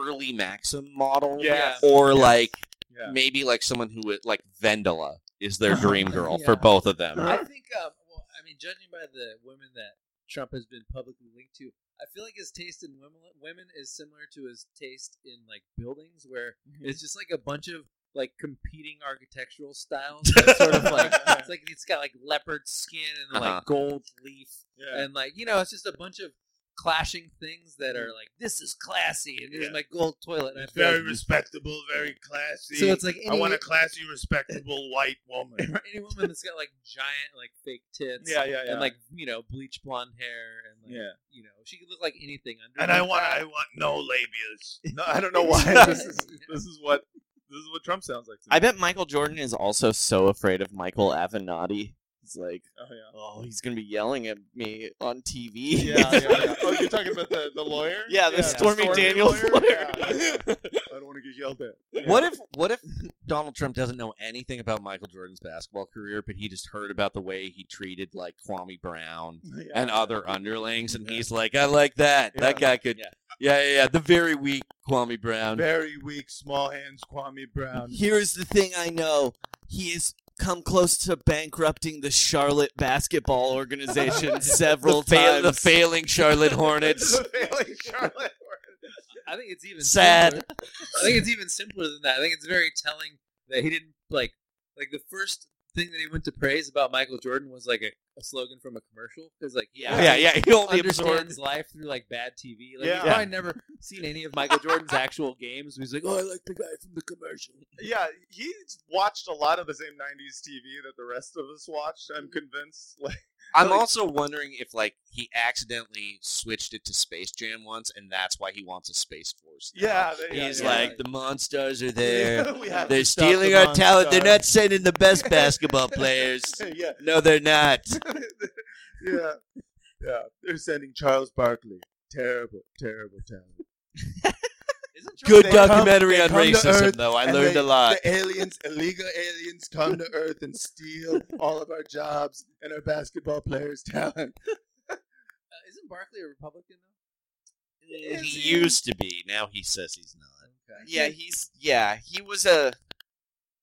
G: early Maxim model,
D: Yeah.
G: or
D: Yes.
G: like
D: Yeah. Uh-huh.
G: maybe like someone who would like Vendela is their dream girl for
A: Yeah.
G: both of them.
A: I think, um, well, I mean, judging by the women that Trump has been publicly linked to, I feel like his taste in women, women is similar to his taste in like buildings, where
B: Mm-hmm.
A: it's just like a bunch of like competing architectural styles. That's sort of like
B: (laughs)
A: it's like it's got like leopard skin and
G: Uh-huh.
A: like gold leaf,
D: Yeah.
A: and like you know, it's just a bunch of clashing things that are like this is classy and this is
I: Yeah.
A: my gold toilet. And I feel
I: Very
A: like-
I: respectable, very classy.
A: So it's like
I: I
A: any-
I: want a classy, respectable white woman.
A: (laughs) any woman that's got like giant like fake tits
D: Yeah, yeah, yeah.
A: and like you know bleach blonde hair and like
D: Yeah.
A: you know she could look like anything under
I: and I want I want no labias.
D: No, I don't know why this is this is what this is what Trump sounds like. To me.
B: I bet Michael Jordan is also so afraid of Michael Avenatti. He's like,
D: Oh yeah.
B: oh, he's gonna be yelling at me on TV.
D: (laughs) Yeah, yeah, yeah. Oh, you're talking about the, the lawyer?
B: Yeah, the Stormy Daniels
D: lawyer?
B: lawyer.
D: Yeah. I don't want to get yelled at.
G: What if what if Donald Trump doesn't know anything about Michael Jordan's basketball career, but he just heard about the way he treated like Kwame Brown and other underlings, and he's like, I like that. That guy could, yeah. yeah, yeah, the very weak Kwame Brown.
D: Very weak, small hands, Kwame Brown.
B: Here's the thing I know. He has come close to bankrupting the Charlotte basketball organization
G: (laughs)
B: several
G: the, fail- the
B: times.
G: failing Charlotte Hornets.
D: The failing Charlotte. (laughs)
A: I think it's
G: (laughs)
A: even
G: Sad.
A: simpler. I think it's even simpler than that I think it's very telling that he didn't like like the first thing that he went to praise about Michael Jordan was like a, a slogan from a commercial because like yeah
G: yeah, yeah. He only absorbed.
A: understands life through like bad TV like
D: Yeah.
A: you've probably never seen any of Michael Jordan's actual games he's like oh I like the guy from the commercial
D: Yeah, he's watched a lot of the same '90s TV that the rest of us watched. I'm convinced. (laughs) Like,
G: I'm also wondering if like he accidentally switched it to Space Jam once, and that's why he wants a Space Force. now.
D: yeah, they- yeah,
G: He's
D: yeah. (laughs)
G: like the monsters
B: (laughs)
G: are there.
D: we have
G: They're
D: to stop
G: stealing
D: the
G: our talent. They're not
D: (laughs) monsters.
G: sending the
B: (laughs)
G: best basketball players.
D: (laughs) yeah,
G: No, they're not.
D: yeah, yeah. They're sending Charles Barkley. Terrible, terrible talent. (laughs)
A: isn't Trump
G: Good
D: They come-
G: documentary
D: they
G: on
D: come to
G: racism,
D: Earth
G: though. I
D: and
G: learned
D: they-
G: a lot.
D: The aliens, illegal aliens, come to Earth and steal all of our jobs and our basketball players' talent.
A: uh, isn't Barkley a Republican though
G: He used to be. Now he says he's not.
B: yeah, he's yeah, he was a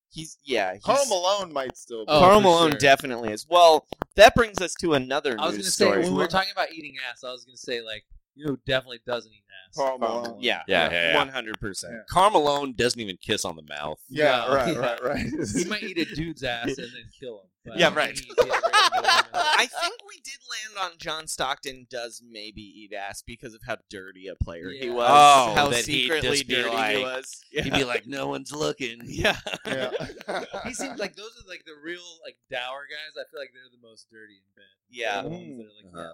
B: he's yeah, he's,
D: Home Alone might still be.
A: Oh,
B: Karl
A: for
B: Malone
A: sure.
B: definitely is. Well, that brings us to another
A: I was
B: news
A: gonna say
B: story.
A: when we were talking about eating ass, I was gonna say like you know who definitely doesn't eat ass.
D: Karl Malone.
B: yeah,
G: Yeah, yeah, yeah.
B: one hundred percent.
D: Yeah.
G: Karl Malone doesn't even kiss on the mouth.
A: (laughs)
D: Yeah,
A: Yeah.
D: right, right, right.
A: He might
D: (laughs)
A: eat a
G: (laughs)
A: dude's ass and then kill him. but
G: Yeah,
A: I don't
G: right.
A: think he did
B: I
G: (laughs)
A: right
B: think we did land on John Stockton does maybe eat ass because of how dirty a player he
A: Yeah.
B: was.
G: Oh,
B: how
G: that he'd
B: secretly
G: just be
B: dirty
G: like-
B: he was. (laughs)
G: He'd be like, "No one's looking."
B: Yeah.
D: Yeah.
A: now. (laughs) he seems (laughs) like those are like the real like dour guys. I feel like they're the most dirty in bed.
B: Yeah.
A: They're the
D: Hmm.
A: ones that are like,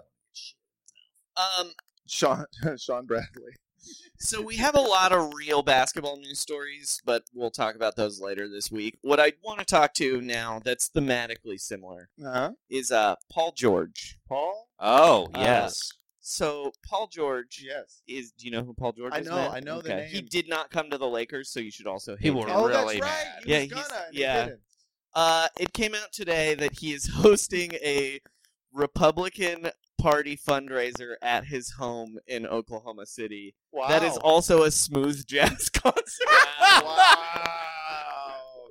G: Uh-huh.
B: Um
D: Sean (laughs) Sean Bradley.
B: So we have a lot of real basketball news stories, but we'll talk about those later this week. What I want to talk to now that's thematically similar
D: Uh-huh.
B: is uh Paul George.
D: Paul.
G: Oh
B: Uh,
G: yes.
B: So Paul George
D: Yes.
B: is do you know who Paul George
D: I
B: is?
D: know,
B: Matt?
D: I know the name.
B: He did not come to the Lakers, so you should also hate
G: He will
B: him.
G: Oh, that's really
D: right.
G: mad.
D: He
B: Yeah,
D: was
B: he's-
D: gonna, and he
A: (laughs)
B: yeah.
D: didn't.
B: Uh, it came out today that he is (laughs) hosting a Republican Party fundraiser at his home in Oklahoma City.
D: Wow.
B: That is also a smooth (laughs) jazz concert.
D: Wow,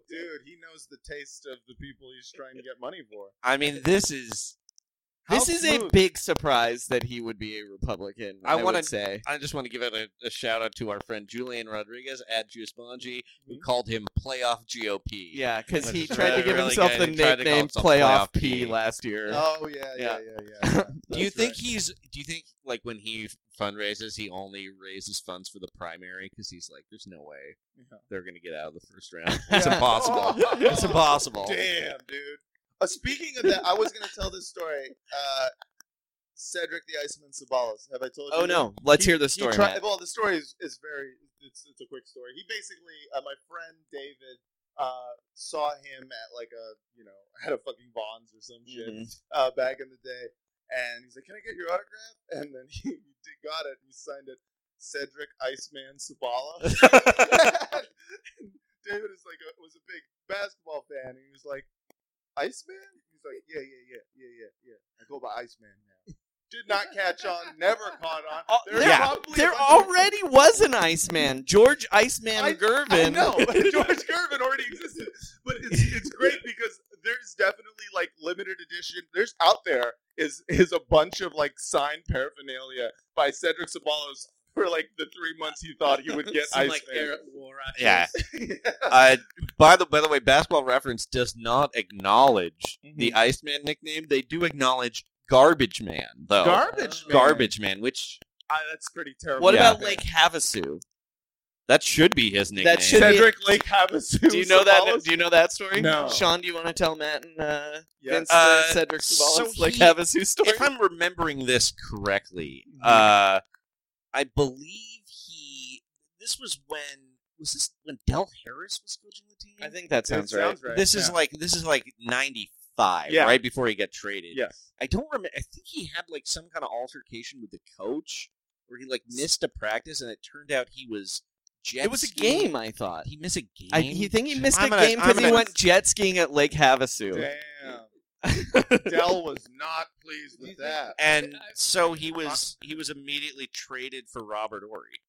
D: dude, he knows the taste of the people he's trying to get money for.
G: I mean, this is.
B: This
D: How
B: is a
D: smooth.
B: big surprise that he would be a Republican.
G: I
B: I,
G: wanna-
B: want to say
G: I just want to give out a, a shout out to our friend Julian Rodriguez at Juice Bonji,
A: Mm-hmm.
G: who called him playoff GOP.
B: yeah, because he
G: That's
B: tried to
G: really
B: give
G: good.
B: himself the
G: He tried to call
B: nickname
G: himself
B: Playoff
G: Playoff
B: P
G: P.
B: last year.
D: Oh yeah, yeah, yeah, yeah.
A: (laughs)
D: yeah.
G: do you
D: That's
G: think
D: right.
G: he's? Do you think like when he fundraises, he only raises funds for the primary because he's like, "There's no way they're gonna get out of the first round. (laughs) It's
D: Yeah.
G: impossible.
D: (laughs)
G: (laughs)
D: Oh.
G: it's impossible."
D: Damn, dude. Uh, speaking of that, I was gonna tell this story. Uh, Cedric the Iceman Sabalas. Have I told you?
B: oh
D: this?
B: no, let's
D: He-
B: hear the
D: he
B: story.
D: tri-
B: Matt.
D: well, the story is, is very. It's, it's a quick story. He basically, uh, my friend David, uh, saw him at like a you know (laughs) at a fucking Bonds or some shit
B: Mhm.
D: uh, (laughs) back in the day, and he's like, "Can I get your autograph?" And then he, he got it. He signed it. Cedric
B: (laughs)
D: Iceman Sabala. (laughs) David is like a, was a big basketball fan, and he was like, Iceman? He's like, yeah, yeah, yeah, yeah, yeah, yeah. I go by Iceman now. Did not catch on, never caught on.
G: Oh,
D: There's
G: there-
D: probably a
G: there
D: bunch of-
G: already was an Iceman, George Iceman
D: (laughs) I-
G: Gervin.
D: No, George Gervin already existed, but it's it's great because there's definitely like limited edition. There's out there is is a bunch of like signed paraphernalia by Cedric Sabalos for like the three months he thought
G: (laughs)
D: he would get
A: Some,
D: Iceman.
A: like
D: (laughs)
A: Eric Walrus.
B: Yeah. Uh, by the by the way, Basketball Reference does not acknowledge the
G: Mm-hmm.
B: Iceman nickname. They do acknowledge Garbage Man, though.
D: Garbage man.
B: Garbage Man, which
D: Ah, that's pretty terrible.
G: What
B: Yeah.
G: about Lake Havasu?
B: that should be his nickname.
G: That should
D: Cedric Lake Havasu?
G: Do you know that?
D: Sabalos?
G: Do you know that story?
D: No.
G: Sean, do you want to tell Matt and uh,
D: Yes.
G: Vince
B: Uh,
G: the Cedric Sabalas
B: so
G: Lake
B: he-
G: Havasu story?
B: If I'm remembering this correctly, uh, I believe he. This was when was this when Del Harris was coaching the team?
G: I think that sounds,
D: That sounds
G: right.
D: right.
B: this is like this is like '95,
D: Yeah.
B: right before he got traded.
D: Yes.
B: I don't remember. I think he had like some kind of altercation with the coach, where he like missed a practice, and it turned out he was. Jet
G: It was a
B: skiing.
G: game, I thought.
B: He missed a game.
G: I he think he missed
B: I'm
G: a
B: gonna-
G: game
B: I'm
G: because he
B: gonna-
G: went jet skiing at Lake Havasu.
D: Damn. Dell was not pleased
B: (laughs)
D: with that.
B: and so he was he was immediately traded for Robert Ory.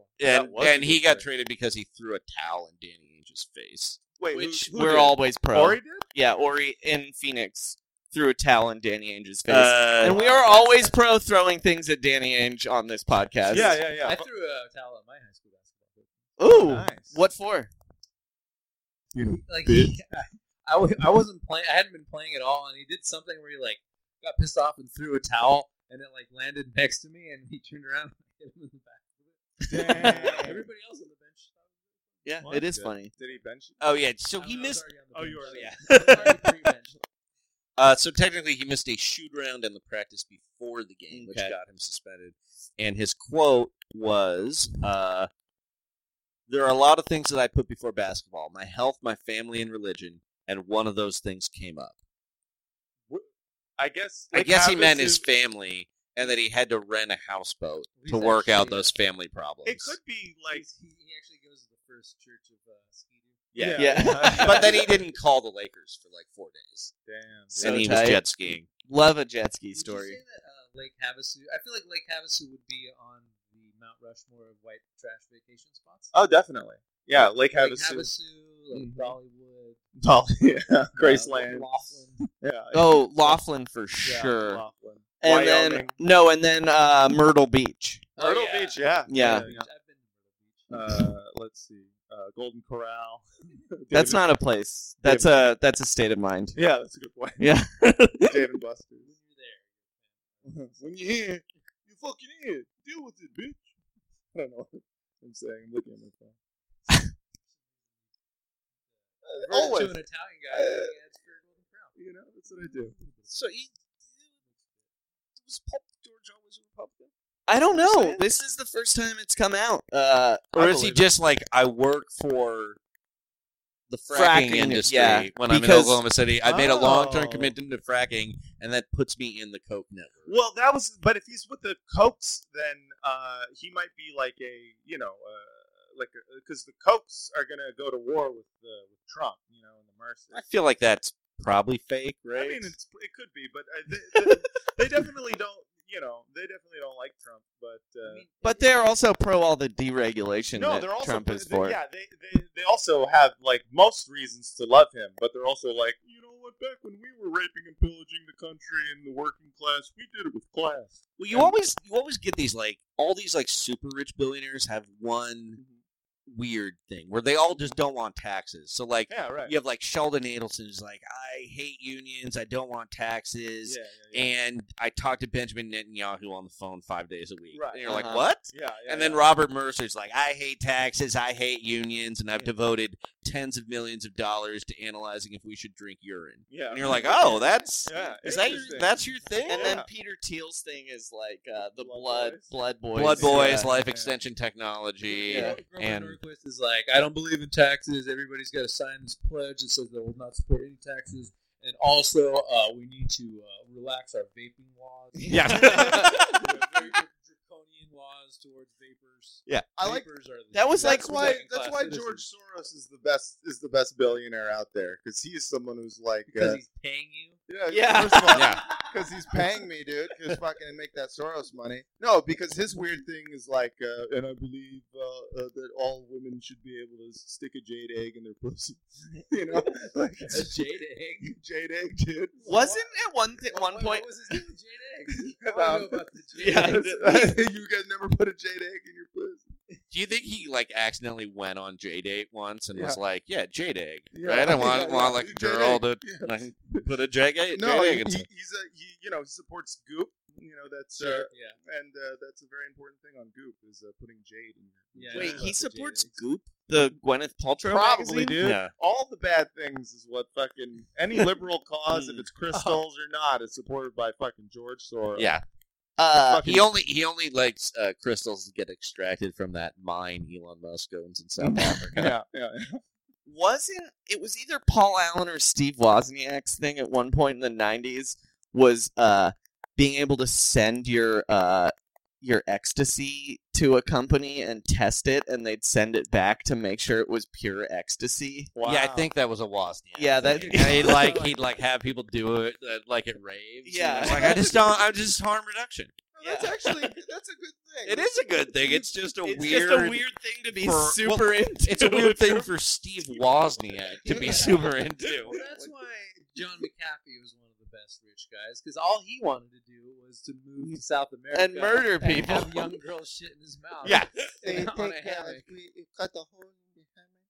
B: uh, and
D: That was
B: and
D: a
B: he
D: good
B: got
D: trade.
B: traded because he threw a towel in Danny Ainge's face.
D: Wait,
G: which
D: who- who
G: we're
D: did?
G: always pro.
D: Ori did?
G: Yeah, Ori in Phoenix threw a towel in Danny Ainge's face.
B: Uh,
G: and we are always pro throwing things at Danny Ainge on this podcast.
D: Yeah, yeah, yeah.
A: I threw a towel at my high school basketball. coach.
G: Ooh,
D: Nice.
G: what for?
A: like he, I, w- I wasn't playing. I hadn't been playing at all, and he did something where he like got pissed off and threw a towel, and it like landed next to me, and he turned around and hit him in the back.
D: Damn.
A: (laughs) Everybody else on the bench.
G: Yeah,
D: Well,
G: it
D: that's
G: is
D: good.
G: funny.
D: Did he bench?
B: oh yeah, so
A: I
B: he
A: was
B: missed.
A: already on the
D: Oh,
A: bench,
D: you were-
A: so-
B: yeah.
A: I was already
D: (laughs)
A: pre-bench.
B: (laughs) Uh, so technically, he missed a shoot round in the practice before the game, which
G: Okay.
B: got him suspended. And his quote was, uh, "There are a lot of things that I put before basketball: my health, my family, and religion. And one of those things came up.
D: I guess.
B: I guess he meant his family, and that he had to rent a houseboat
A: He's
B: to work out
A: actually-
B: those family problems.
D: It could be like.
A: He's- He, he actually goes to the first church of uh, Skeeter.
B: yeah.
G: Yeah.
B: (laughs)
D: Uh,
B: but then he didn't call the Lakers for like four days,
D: Damn.
G: So
B: and he
G: tight.
B: was jet skiing.
G: Love a jet ski
A: Would you
G: story.
A: say that, uh, Lake Havasu. I feel like Lake Havasu would be on the Mount Rushmore of white trash vacation spots.
D: Oh, definitely. Yeah, Lake
A: like
D: Havasu.
A: Havasu, like
B: Mm-hmm.
A: Dollywood,
D: Dolly. (laughs) Yeah,
A: uh,
D: Graceland.
A: Laughlin.
D: Yeah.
G: Oh, Laughlin for
D: Yeah,
G: sure.
D: Laughlin.
G: and then
D: Wyoming.
G: no, and then uh, Myrtle Beach.
D: Myrtle
A: yeah.
D: Beach, Oh, yeah.
G: Yeah.
A: I've been to Myrtle Beach.
D: Uh, let's see. Uh, Golden Corral. (laughs)
G: That's
D: David-
G: not a place. That's a that's a state of mind.
D: Yeah, that's a good point.
G: Yeah.
D: (laughs) Dave and Buster's.
G: (laughs)
D: (laughs) when you're here, you fucking here. Deal with it, bitch. (laughs) I don't know what I'm saying. I'm looking at my phone.
G: (laughs)
A: Converted
D: always.
A: to an Italian guy.
D: Uh,
A: yeah, it's for Golden Crown.
D: You know, that's what I do.
B: So he was Pop George always a Republican?
G: I don't know. This is the first time it's come out. Uh,
B: or is he just like I work for the fracking,
G: Fracking,
B: industry
G: yeah,
B: when I'm in
G: because-
B: Oklahoma City? I made a long term
D: Oh.
B: commitment to fracking, and that puts me in the coke network.
D: Well, that was, but if he's with the Cokes, then uh, he might be like a, you know, uh, like because the Cokes are gonna go to war with the with Trump, you know, and the Mercy.
B: I feel like that's probably fake, right?
D: I mean, it's, it could be, but uh, they,
B: (laughs)
D: they, they definitely don't, you know, they definitely don't like Trump. But uh,
G: but they're also pro all the deregulation
D: no,
G: that
D: they're also
G: Trump is
D: they,
G: for.
D: yeah, they, they they also have like most reasons to love him, but they're also like, you know what? Back when we were raping and pillaging the country and the working class, we did it with class.
B: Well, you always you always get these like all these like super rich billionaires have one weird thing where they all just don't want taxes. So like
D: Mm-hmm. Yeah, right.
B: you have like Sheldon Adelson who's like I hate unions, I don't want taxes,
D: Yeah, yeah, yeah.
B: and I talked to Benjamin Netanyahu on the phone five days a week.
D: Right.
B: And you're like,
G: Uh-huh.
B: what?
D: yeah, yeah,
B: And then
D: yeah.
B: Robert Mercer's like, I hate taxes, I hate unions, and I've devoted tens of millions of dollars to analyzing if we should drink urine.
D: Uh, (laughs) Yeah.
B: And you're like, oh, that's
D: Yeah,
B: is that your,
D: interesting.
B: that's your thing?
G: And then
D: Yeah.
G: Peter Thiel's thing is like uh, the blood, blood
D: Blood
G: boys,
B: Blood Boys,
G: Yeah.
B: Life
D: Yeah.
B: Extension Technology,
G: Yeah.
A: Grover
B: and
A: Norquist is like, I don't believe in taxes. Everybody's got to sign this pledge that says they will not support any taxes. And also, uh, (laughs) we need to uh, relax our vaping laws.
B: Yeah.
A: We have very draconian
J: bows towards vapors.
A: Yeah. I like-
J: vapors are the
D: That was
A: that's
D: like
A: why
J: second
A: that's
J: class
A: why
J: citizens.
A: George Soros is the best is the best billionaire out there because he is someone who's like
J: because
A: uh,
J: he's paying you.
A: yeah,
D: Yeah.
A: first of all,
B: Yeah.
A: because he's paying me, dude. Because fucking make that Soros money. No, because his weird thing is like, uh, and I believe uh, uh, that all women should be able to stick a jade egg in their (laughs) pussy. you know, like
J: (laughs) A jade egg.
A: (laughs) jade egg, dude.
D: Wasn't at one thi- one
J: Oh, Wait,
D: point
J: What was his name?
A: (laughs)
J: Jade egg. (laughs) I
A: Um,
J: don't know about the jade
A: Yeah,
J: egg.
A: you guys never put a jade egg in your pussy.
B: Do you think he like accidentally went on J date once and
A: Yeah.
B: was like, "Yeah, J egg,
A: Yeah.
B: right? I want
D: (laughs)
A: Yeah,
B: want
A: yeah.
B: like a
A: Jade
B: girl
A: egg.
B: to
A: Yeah.
B: like, put a J egg.
A: No, he,
B: egg
A: he-
B: in
A: he's
B: some-"
A: a he, you know he supports Goop. You know that's uh,
J: Yeah.
A: and uh, that's a very important thing on Goop is uh, putting jade in. Your
J: Yeah, I
D: wait,
J: don't know about
D: he
J: the
D: supports
J: jade eggs.
D: Goop, the Gwyneth Paltrow
A: Probably,
D: magazine?
A: dude.
B: Yeah.
A: All the bad things is what fucking any liberal
J: (laughs)
A: cause, if it's crystals or not, is supported by fucking George Soros.
B: yeah.
D: Uh,
B: He only he only likes uh, crystals that get extracted from that mine Elon Musk owns in South
J: (laughs)
B: Africa.
A: (laughs) yeah, yeah.
D: wasn't it was either Paul Allen or Steve Wozniak's thing at one point in the '90s was uh, being able to send your uh, your ecstasy to a company and test it, and they'd send it back to make sure it was pure ecstasy.
B: Yeah, I think that was a Wozniak.
D: Yeah, that-
B: thing. (laughs) And he'd like he'd like have people do it uh, like at raves. and
D: Yeah.
B: it's like I just don't. I'm just harm reduction.
A: No, That's
D: Yeah.
A: actually that's a good thing.
B: It is a good thing. It's just a
D: It's
B: weird.
D: just a weird thing to be
B: for- well,
D: super into.
B: it's a weird thing for Steve Wozniak to be super (laughs) into.
J: Well, that's
A: (laughs)
J: why John McAfee was one of the best rich guys because all he wanted to do was to move to South America
D: And murder
J: and
D: people.
J: have young girls shit in his mouth.
B: Yeah.
J: and (laughs) on a hammock.
A: cut a hole in the hammock,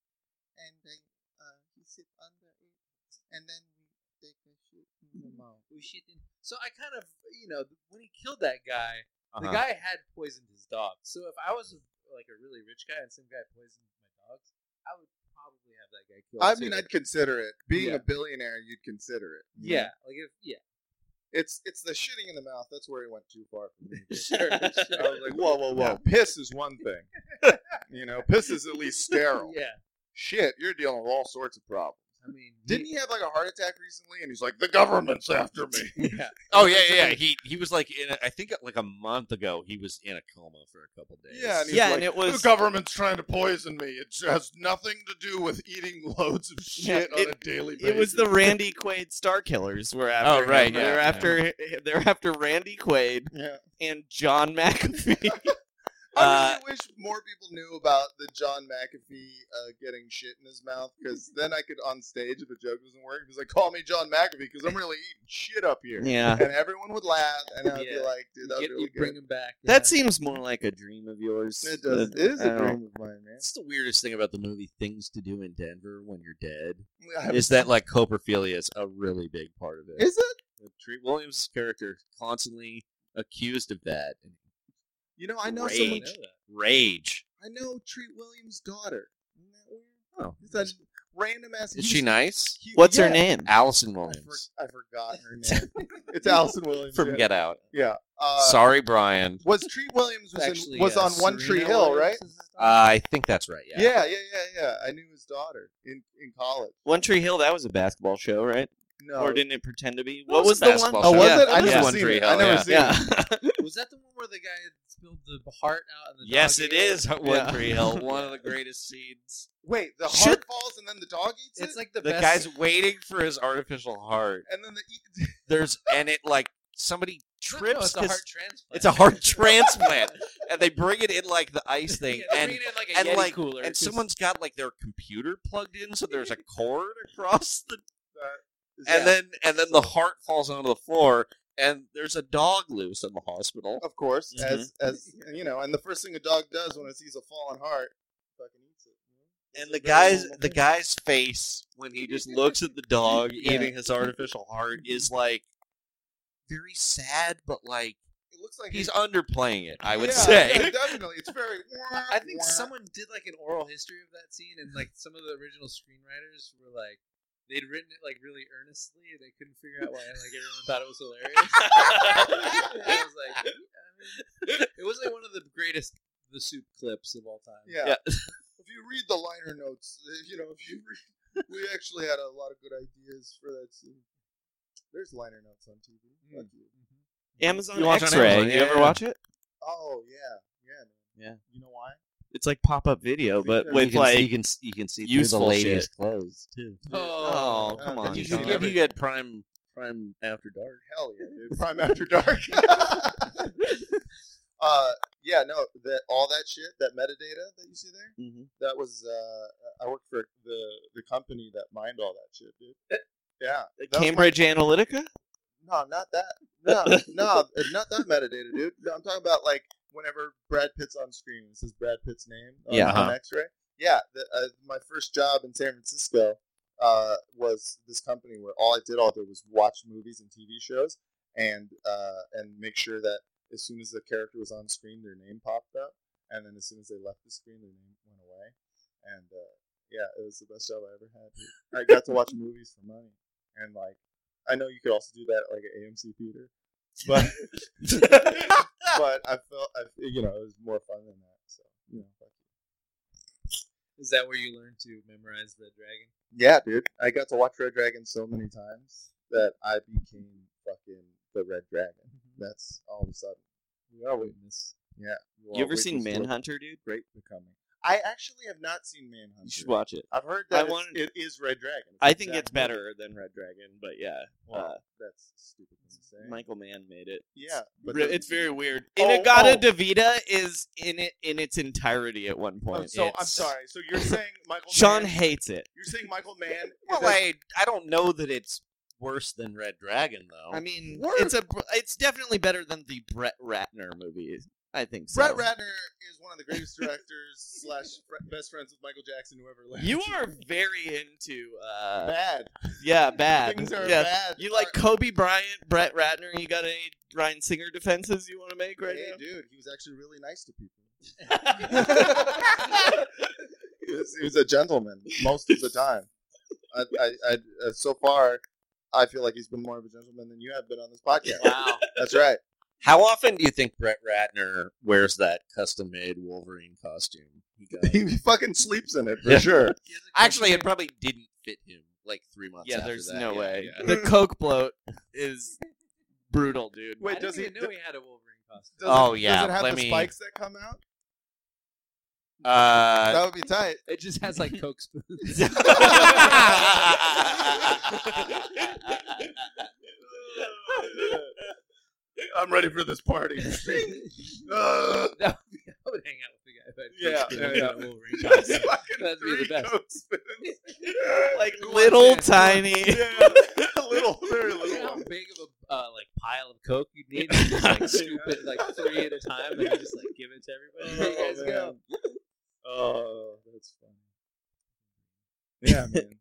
A: and then uh, he sit under it, and then we take a shit in the mouth.
J: Who shit Mm-hmm. in- So I kind of, you know, when he killed that guy, the
B: Uh-huh.
J: guy had poisoned his dog. So if I was like a really rich guy and some guy poisoned my dogs, I would probably have that guy killed.
A: I
J: too.
A: mean, I'd consider it. Being
J: Yeah.
A: a billionaire, you'd consider it.
J: yeah, like if yeah,
A: It's it's the shitting in the mouth. That's where he went too far for me.
J: sure, sure.
A: (laughs) I was like, whoa, whoa, whoa. Piss is one thing. you know, piss is at least sterile.
J: Yeah,
A: Shit, you're dealing with all sorts of problems.
J: I mean,
A: Didn't he have like a heart attack recently? And he's like, the government's after me.
J: yeah,
B: (laughs) Oh yeah, yeah. yeah. He he was like in. A, I think like a month ago he was in a coma for a couple days.
A: Yeah, and he's
D: Yeah,
A: like,
D: and it was-
A: the government's trying to poison me. It has nothing to do with eating (laughs) loads of shit
D: Yeah, it-
A: on a daily basis.
D: It was the Randy Quaid Star Killers were after.
B: Oh, right,
D: him.
B: yeah,
D: They're
B: yeah.
D: after (laughs) they're after Randy Quaid
A: Yeah.
D: and John McAfee.
A: I
D: Uh,
A: really wish more people knew about the John McAfee uh, getting shit in his mouth because then I could on stage if the joke doesn't work. He's like, "Call me John McAfee because I'm really eating shit up here,"
D: yeah.
A: and everyone would laugh, and uh, I'd
J: Yeah.
A: be like, "Dude, that was
J: Get-
A: really
J: you bring
A: good."
J: him back. yeah.
D: That seems more like a dream of yours.
A: It does. It is
D: I
A: a
D: don't-
A: dream of
J: (laughs)
A: mine, man.
B: That's the weirdest thing about the movie Things to Do in Denver when you're dead.
A: I haven't-
B: Is that like coprophilia is a really big part of it.
A: Is it?
B: Treat Williams' character constantly accused of that and
A: You know, I know
B: Rage.
A: someone.
B: rage.
A: I know Treat Williams' daughter. Isn't that weird?
B: Oh.
A: It's a random ass.
B: Is she nice?
A: he-
D: What's
A: yeah.
D: her name?
B: Allison
A: I, for,
B: Williams
A: I forgot
J: (laughs)
A: her name. it's Allison Williams
B: from
A: yeah.
B: Get Out.
A: Yeah. Uh,
B: Sorry, Brian.
A: Was Treat Williams was,
J: Actually,
A: in, was
J: uh,
A: on One
J: Serena
A: Tree Hill,
J: Williams
A: right?
J: is his daughter?
B: I think that's right. Yeah.
A: Yeah, yeah, yeah, yeah. I knew his daughter in in college.
D: One Tree Hill, that was a basketball show, right?
A: No,
D: Or didn't it pretend to be?
B: That
D: What
B: was a
D: was, the one?
B: basketball
A: oh,
B: show.
A: was
D: yeah,
A: it? I
D: that
A: never
B: One
A: seen
B: Tree
A: it.
B: Hill,
A: I never
B: yeah.
A: seen
D: Yeah.
J: (laughs)
A: it.
J: was that the one where the guy had spilled the heart out in the
B: Yes,
J: dog
B: it
J: ate
B: is uh, One
D: Yeah.
B: Tree Hill. One of the greatest scenes.
A: Wait, the heart
D: Should-
A: falls and then the dog eats
J: It's
A: it.
J: like the,
B: The
J: best.
B: guy's waiting for his artificial heart.
A: and then the eat-
B: There's and it like somebody
J: No,
B: trips.
J: it's a
B: 'cause
J: heart transplant.
B: it's a heart transplant, and they bring it in like the ice
J: (laughs)
B: thing,
J: Yeah, they
B: and
J: bring it in like a
B: and
J: Yeti
B: like
J: cooler,
B: and
J: 'cause-
B: someone's got like their computer plugged in, so there's a cord across the
A: Yeah.
B: and then and then the heart falls onto the floor, and there's a dog loose in the hospital.
A: of course,
G: Mm-hmm.
J: Mm-hmm.
A: as as you know, and the first thing a dog does when it sees a fallen heart, fucking eats it.
B: And the guy's the guy's face when he just looks at the dog eating his artificial heart is like very sad, but like
A: It looks like
B: he's
A: it-
B: underplaying it. I would
A: Yeah,
B: say. (laughs)
A: yeah, definitely. It's very.
J: (laughs) I
A: (laughs)
J: think someone did like an oral history of that scene, and like some of the original screenwriters were like, they'd written it like really earnestly, and they couldn't figure out why. Like everyone thought it was hilarious.
G: (laughs)
J: And I was like, I mean, it was like one of the greatest the soup clips of all time.
A: Yeah. If you read the liner notes, uh, you know, (laughs) if you read, we actually had a lot of good ideas for that scene. There's liner notes on TV. Fuck you.
D: Amazon
B: You watch on
D: X-Ray.
B: Amazon,
D: you
B: yeah,
D: ever
B: yeah.
D: watch it?
A: Oh yeah, Yeah, man. Yeah. You know why?
B: It's like pop up video, but
A: Yeah.
B: with
A: You can see-
B: like
G: you can s- you can see through the
B: useful
G: lady's
B: shit.
G: clothes
A: (laughs)
G: too.
B: Oh,
A: Yeah.
B: come
A: Uh,
B: on,
D: You
B: Sean.
D: should give you get prime prime after dark.
A: Hell yeah, dude. Prime After
G: (laughs)
A: Dark. (laughs) uh, yeah, no, that all that shit, that metadata that you see there,
B: Mhm.
A: that was uh, I worked for the the company that mined all that shit, dude. Yeah, that was my-
B: Cambridge Analytica.
A: No, not that. (laughs) No, no, not that metadata, dude. No, I'm talking about like whenever Brad Pitt's on screen, it says Brad Pitt's name on,
B: Yeah,
A: on
B: uh-huh.
A: X-ray. Yeah, the, uh, my first job in San Francisco uh, was this company where all I did all day was watch movies and TV shows and uh, and make sure that as soon as the character was on screen, their name popped up, and then as soon as they left the screen, their name went away. And uh, yeah, it was the best job I ever had. dude. I got to watch movies for money, and like I know you could also do that at like an AMC theater, but but I felt I, you know it was more fun than that. So you know, fuck it.
D: Is that where you learn to memorize Red Dragon?
A: yeah, dude, I got to watch Red Dragon so many times that I became fucking the Red Dragon.
B: Mm-hmm.
A: That's all of a sudden. You are witness. Yeah.
B: You ever
A: are
B: seen
A: witness to what
B: Manhunter, dude?
A: Great becoming. I actually have not seen Manhunter.
B: You should watch it.
A: I've heard
B: I
A: that it's-
B: wanted-
A: it is Red Dragon.
B: I think
A: Exact
B: it's
A: movie.
B: better than Red Dragon, but yeah,
A: Well,
B: uh,
A: that's a stupid thing to say.
B: Michael Mann made it.
A: Yeah, but
B: Re-
A: the-
B: it's very weird.
A: Oh,
B: Inagata
A: oh.
B: Devita is in it in its entirety at one
A: Oh,
B: point.
A: so I'm
B: It's-
A: sorry. So
B: (laughs)
A: you're saying Michael
B: Sean
A: Mann,
B: hates it.
A: You're saying
B: (laughs)
A: Michael Mann.
G: Well, I I don't know that it's worse than Red Dragon though.
B: I mean, it's a it's definitely better than the Brett Ratner movie. I think so.
A: Brett Ratner is one of the greatest directors slash fr- best friends with Michael Jackson who ever lived.
B: You are very into uh
A: bad.
B: yeah, bad.
A: Things are
B: yeah.
A: bad.
B: You like
A: Are-
B: Kobe Bryant, Brett Ratner, you got any Ryan Singer defenses you want to make right
A: hey,
B: now?
A: dude, he was actually really nice to (laughs) people.
B: (laughs)
A: he, was, he was a gentleman most of the
B: (laughs)
A: time. I, I, I, uh, so far, I feel like he's been more of a gentleman than you have been on this podcast.
B: Wow.
A: That's right.
G: How often do you think Brett Ratner wears that custom made Wolverine costume?
A: (laughs)
G: He got?
A: He fucking sleeps in it for
G: Yeah.
B: (laughs)
A: sure.
G: Actually, it probably didn't fit him like three months.
B: yeah,
G: after
B: there's
G: that.
B: no
G: Yeah,
B: way.
G: yeah.
B: The Coke bloat is brutal, dude.
A: Wait,
D: I
A: does he?
D: didn't even know he had a Wolverine costume. (laughs)
A: does (laughs)
G: Oh,
A: it,
G: yeah,
A: Does it have
G: let
A: the
G: me-
A: spikes that come out?
G: Uh,
A: That would be tight.
D: It just has like Coke spoons.
K: I'm ready for this party.
D: (laughs)
K: Uh,
D: I would hang out with the guy. But
A: (laughs) Yeah, yeah, yeah.
K: (laughs)
D: Wolverine costume.
G: (laughs)
D: That'd be the best.
B: like little tiny
A: little, very
D: You know (laughs) how
A: little.
D: big of a uh, like pile of Coke you need? You just,
A: (laughs)
D: (laughs)
G: (laughs)
D: like scoop it like three at a time and just like give it to everybody. (laughs) Here you guys go.
A: Oh, that's funny. Yeah, (laughs) man.